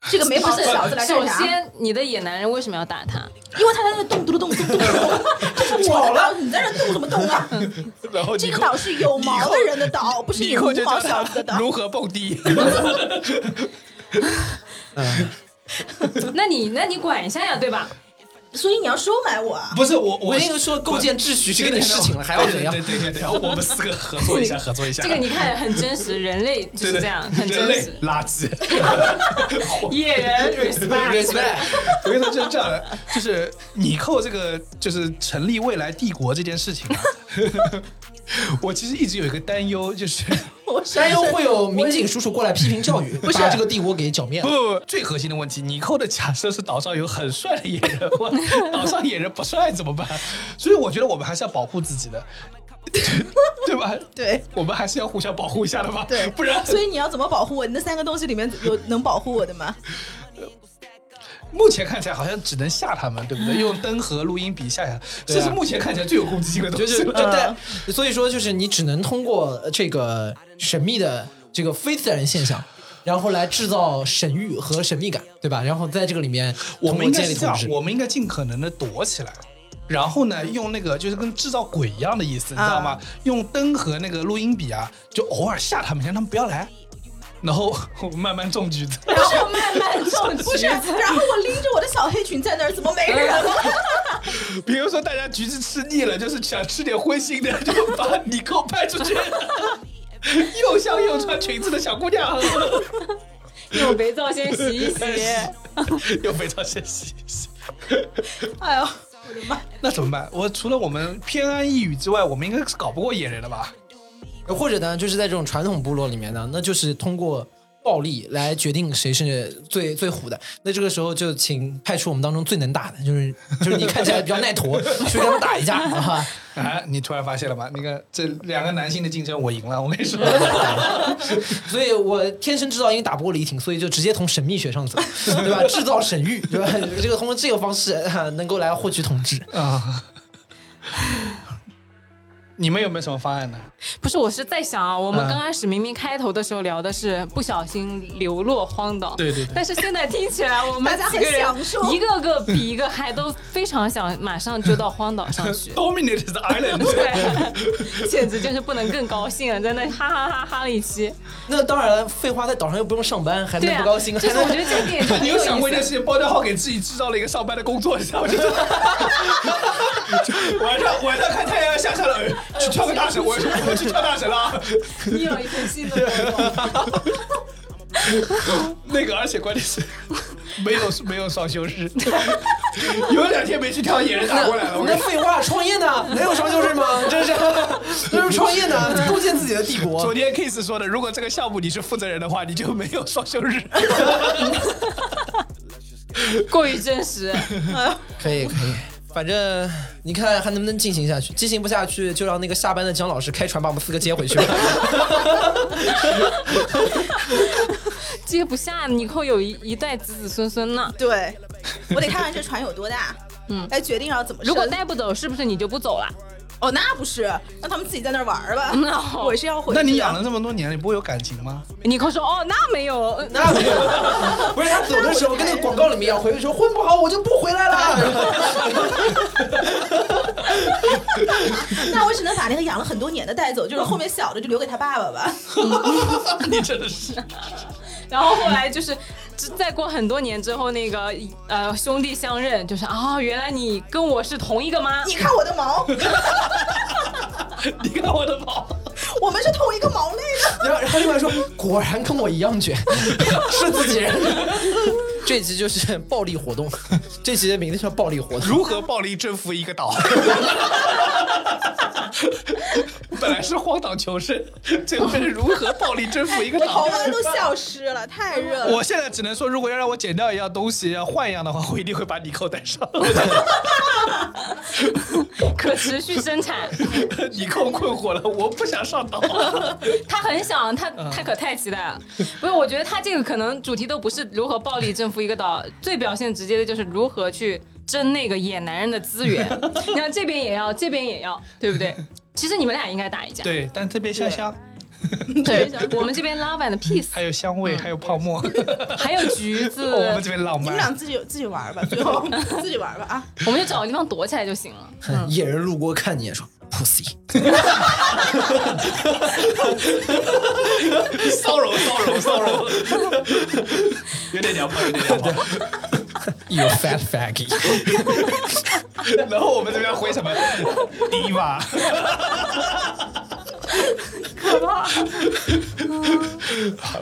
Speaker 1: 这个没毛
Speaker 2: 啊
Speaker 1: 的小子来
Speaker 5: 首
Speaker 1: 干啥？
Speaker 5: 先，你的野男人为什么要打他？
Speaker 1: 因为他在那动嘟噜动嘟嘟动，这是我的岛，你在那动什么动啊？
Speaker 2: 然后
Speaker 1: 这
Speaker 2: 你
Speaker 1: 个岛是有毛的人的岛，不是
Speaker 2: 你以
Speaker 1: 有
Speaker 2: 后
Speaker 1: 无
Speaker 2: 就
Speaker 1: 毛
Speaker 2: 教
Speaker 1: 小子的
Speaker 2: 他
Speaker 1: 岛。
Speaker 2: 如何蹦迪。
Speaker 5: 那你那你管一下呀， 对吧？
Speaker 1: 所以你要收买我啊！
Speaker 2: 不是我，我
Speaker 4: 我已经说构建秩序这个你事情了，还要怎样
Speaker 2: 对？对对对，然后我们四个合作一 下，合作一下。
Speaker 5: 这个你看很真实，人类 就
Speaker 2: 对啊对
Speaker 5: 是这样，很
Speaker 2: 人
Speaker 5: 真
Speaker 2: 类
Speaker 5: 实。
Speaker 2: 垃圾。
Speaker 5: 野人 respect。
Speaker 4: respect，
Speaker 2: 我跟你说，就是这样的，就是你扣这个，就是成立未来帝国这件事情啊。 我其实一直有一个担忧，就是
Speaker 1: 我是
Speaker 4: 担忧会有民警叔叔过来批评教育，
Speaker 2: 是
Speaker 4: 把这个帝国给剿灭
Speaker 2: 不
Speaker 4: 了。
Speaker 2: 不不，最核心的问题，你扣的假设是岛上有很帅的野人， 哇岛上野人不帅怎么办？所以我觉得我们还是要保护自己的，对吧？
Speaker 1: 对
Speaker 2: 我们还是要互相保护一下的吧，
Speaker 1: 对，
Speaker 2: 不然
Speaker 1: 所以你要怎么保护我？你那三个东西里面有能保护我的吗？
Speaker 2: 目前看起来好像只能吓他们，对不对？用灯和录音笔吓吓，这
Speaker 4: 啊
Speaker 2: 是目前看起来最有攻击性的东
Speaker 4: 就
Speaker 2: 西
Speaker 4: 是就
Speaker 2: 了。
Speaker 4: 但所以说就是你只能通过呃这个神秘的这个非自然现象，然后来制造神域和神秘感，对吧？然后在这个里面，
Speaker 2: 我们应该
Speaker 4: 建立
Speaker 2: 是这
Speaker 4: 统
Speaker 2: 样
Speaker 4: 治，。
Speaker 2: 我们应该尽可能的躲起来，然后呢，用那个就是跟制造鬼一样的意思，你知道吗？
Speaker 4: 啊
Speaker 2: 用灯和那个录音笔啊，就偶尔吓他们，让他们不要来，然后 我慢慢种橘子。
Speaker 1: 然后慢慢种橘子，然后我拎着我的小黑裙在那儿，怎么没人了？
Speaker 2: 比如说大家橘子吃腻了，就是想吃点荤腥的，就把你给我派出 去。又香又穿裙子的小姑 娘，
Speaker 5: 有肥皂先 洗一洗。
Speaker 2: 又非常谢谢。
Speaker 1: 哎呦，我的妈！
Speaker 2: 那怎么办？我除了我们偏安一隅之外，我们应该是搞不过野人的吧？
Speaker 4: 或者呢，就是在这种传统部落里面呢，那就是通过暴力来决定谁是最最虎的。那这个时候就请派出我们当中最能打的，就是就是你看起来比较 耐驮，去跟他们打一架啊。
Speaker 2: 啊，你突然发现了吗？那个这两个男性的竞争，我赢了。我跟你说，
Speaker 4: 所以我天生知道应打玻璃挺，所以就直接从神秘学上走， 对吧？制造神域，对吧？ 这个通过这个方式、啊能够来获取统治。
Speaker 5: 嗯
Speaker 2: 啊，你们有没有什么方案呢？
Speaker 5: 不是，我是在想啊，我们
Speaker 2: 嗯
Speaker 5: 刚开始明明开头的时候聊的是不小心流落荒岛，
Speaker 2: 对对对。
Speaker 5: 但是现在听起来，我
Speaker 1: 大
Speaker 5: 们
Speaker 1: 家
Speaker 5: 几
Speaker 1: 很
Speaker 5: 个人
Speaker 1: 享受
Speaker 5: 一个个比一个还都非常想马上就到荒岛上去
Speaker 2: Dominated the island，
Speaker 5: 对， 简直就是不能更高兴啊了，在那哈哈哈哈了一期。
Speaker 4: 那当然了，废话，在岛上又不用上班，还
Speaker 5: 对
Speaker 4: 能
Speaker 5: 啊，
Speaker 4: 不高兴？
Speaker 5: 就是
Speaker 4: 还
Speaker 5: 我
Speaker 4: 能
Speaker 5: 觉得这一点就很
Speaker 2: 你有
Speaker 5: 意思
Speaker 2: 想过一件事情？包家浩给自己制造了一个上班的工作，你知道吗？ 就是晚上晚上看太阳下山了，哎去跳个大神，我我去跳大神了啊。
Speaker 5: 你有一份新的工作。
Speaker 2: 那个，而且关键是没有没有双休日， 有两天没去跳，野人打过来了。我跟
Speaker 4: 那
Speaker 2: 你说
Speaker 4: 废话，创业 呢？能有双休日吗？真是， 那是创业呢，构建自己的帝
Speaker 2: 昨
Speaker 4: 国。
Speaker 2: 天 Kiss 说的，如果这个项目你是负责人的话，你就没有双休日。
Speaker 5: 过于真实，
Speaker 4: 可以，可以。反正你看还能不能进行下去？进行不下去，就让那个下班的姜老师开船把我们四个接回去 吧。
Speaker 5: 接不下，你以后有一一代子子孙孙呢。
Speaker 1: 对，我得看看这船有多大，嗯，来决定要怎么
Speaker 5: 如果
Speaker 1: 生
Speaker 5: 带不走，是不是你就不走了？
Speaker 1: 哦，那不是，让他们自己在那儿玩儿吧。
Speaker 5: No
Speaker 1: 我是要回去
Speaker 2: 那
Speaker 1: 的。
Speaker 2: 你养了这么多年，你不会有感情吗？
Speaker 5: 你以后说哦，那没有，
Speaker 4: 那没有，不是他走的时候跟那个广告里面一样，回去说混不好我就不回来了。
Speaker 1: 那我只能把那个养了很多年的带走，就是后面小的就留给他爸爸 吧。
Speaker 2: 你真的是，
Speaker 5: 然后后来就是，只再过很多年之后，那个呃兄弟相认，就是啊，原来你跟我是同一个妈。
Speaker 1: 你看我的毛，
Speaker 2: 你看我的毛，
Speaker 1: 我们是同一个毛类 的。
Speaker 4: 然后然后另外说，果然跟我一样卷， 是自己人。 这集就是暴力活动， 这集的名字叫暴力活动。
Speaker 2: 如何暴力征服一个岛？ 本来是荒岛求生，最后变成如何暴力征服一个
Speaker 1: 我
Speaker 2: 岛
Speaker 1: 头。发都笑湿了，太热了。
Speaker 2: 我现在只能说，如果要让我剪掉一样东西，要换一样的话，我一定会把你扣带上。
Speaker 5: 可持续生产，
Speaker 2: 你扣困惑了，我不想上岛。
Speaker 5: 他很想，他他可太期待了。不是，我觉得他这个可能主题都不是如何暴力征服一个岛，最表现直接的就是如何去争那个野男人的资 源。你看这边也要，这边也要，对不对？其实你们俩应该打一 架。
Speaker 2: 对，但特别香香，
Speaker 5: 对，我们这边 love and peace，
Speaker 2: 还有香味，还有泡沫。
Speaker 5: 还有橘 子，
Speaker 2: 我们这边浪
Speaker 1: 你们俩
Speaker 2: 漫，
Speaker 1: 自己自己玩吧，最 后自己玩吧啊！
Speaker 5: 我们就找个地方躲起来就行了。
Speaker 4: 野人路过看你也说 pussy，
Speaker 2: 骚扰骚扰骚扰， 有点娘炮，有点娘炮。
Speaker 4: you fat faggy。
Speaker 2: 然后我们这边回什么？低吧， 好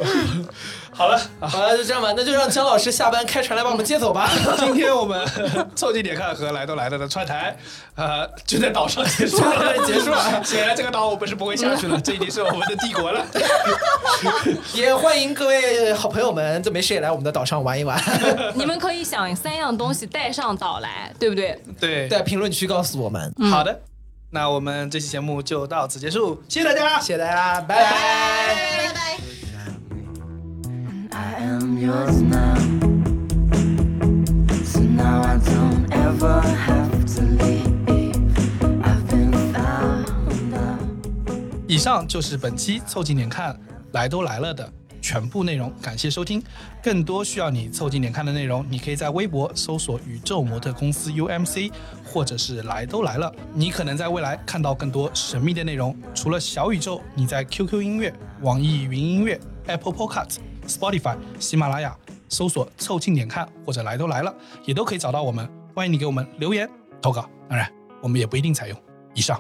Speaker 2: 了，
Speaker 4: 好了，就这样吧，那就让姜老师下班开船来把我们接走 吧。
Speaker 2: 今天我们凑近点看和来都来了的串台，呃，就在岛上结束 了，
Speaker 4: 结束了。
Speaker 2: 显然这个岛我们是不会下去 了，这已经是我们的帝 国了。
Speaker 4: 也欢迎各位好朋友们，就没事也来我们的岛上玩一 玩。
Speaker 5: 你们可以想三样东西带上岛来，对不对？
Speaker 2: 对，
Speaker 4: 在评论区告诉我们，
Speaker 2: 好的，那我们这期节目就到此结束，谢谢大家，
Speaker 4: 谢谢大家，拜拜。
Speaker 1: 拜拜。
Speaker 6: I am yours now. So now I don't ever have to leave. I've been found out.
Speaker 2: 以上就是本期《凑近点看》来都来了的全部内容，感谢收听。更多需要你凑近点看的内容，你可以在微博搜索“宇宙模特公司 UMC”，或者是“来都来了”。你可能在未来看到更多神秘的内容。除了小宇宙，你在 QQ 音乐、网易云音乐、Apple Podcast、Spotify、喜马拉雅搜索“凑近点看”或者“来都来了”，也都可以找到我们。欢迎你给我们留言投稿，当然我们也不一定采用。以上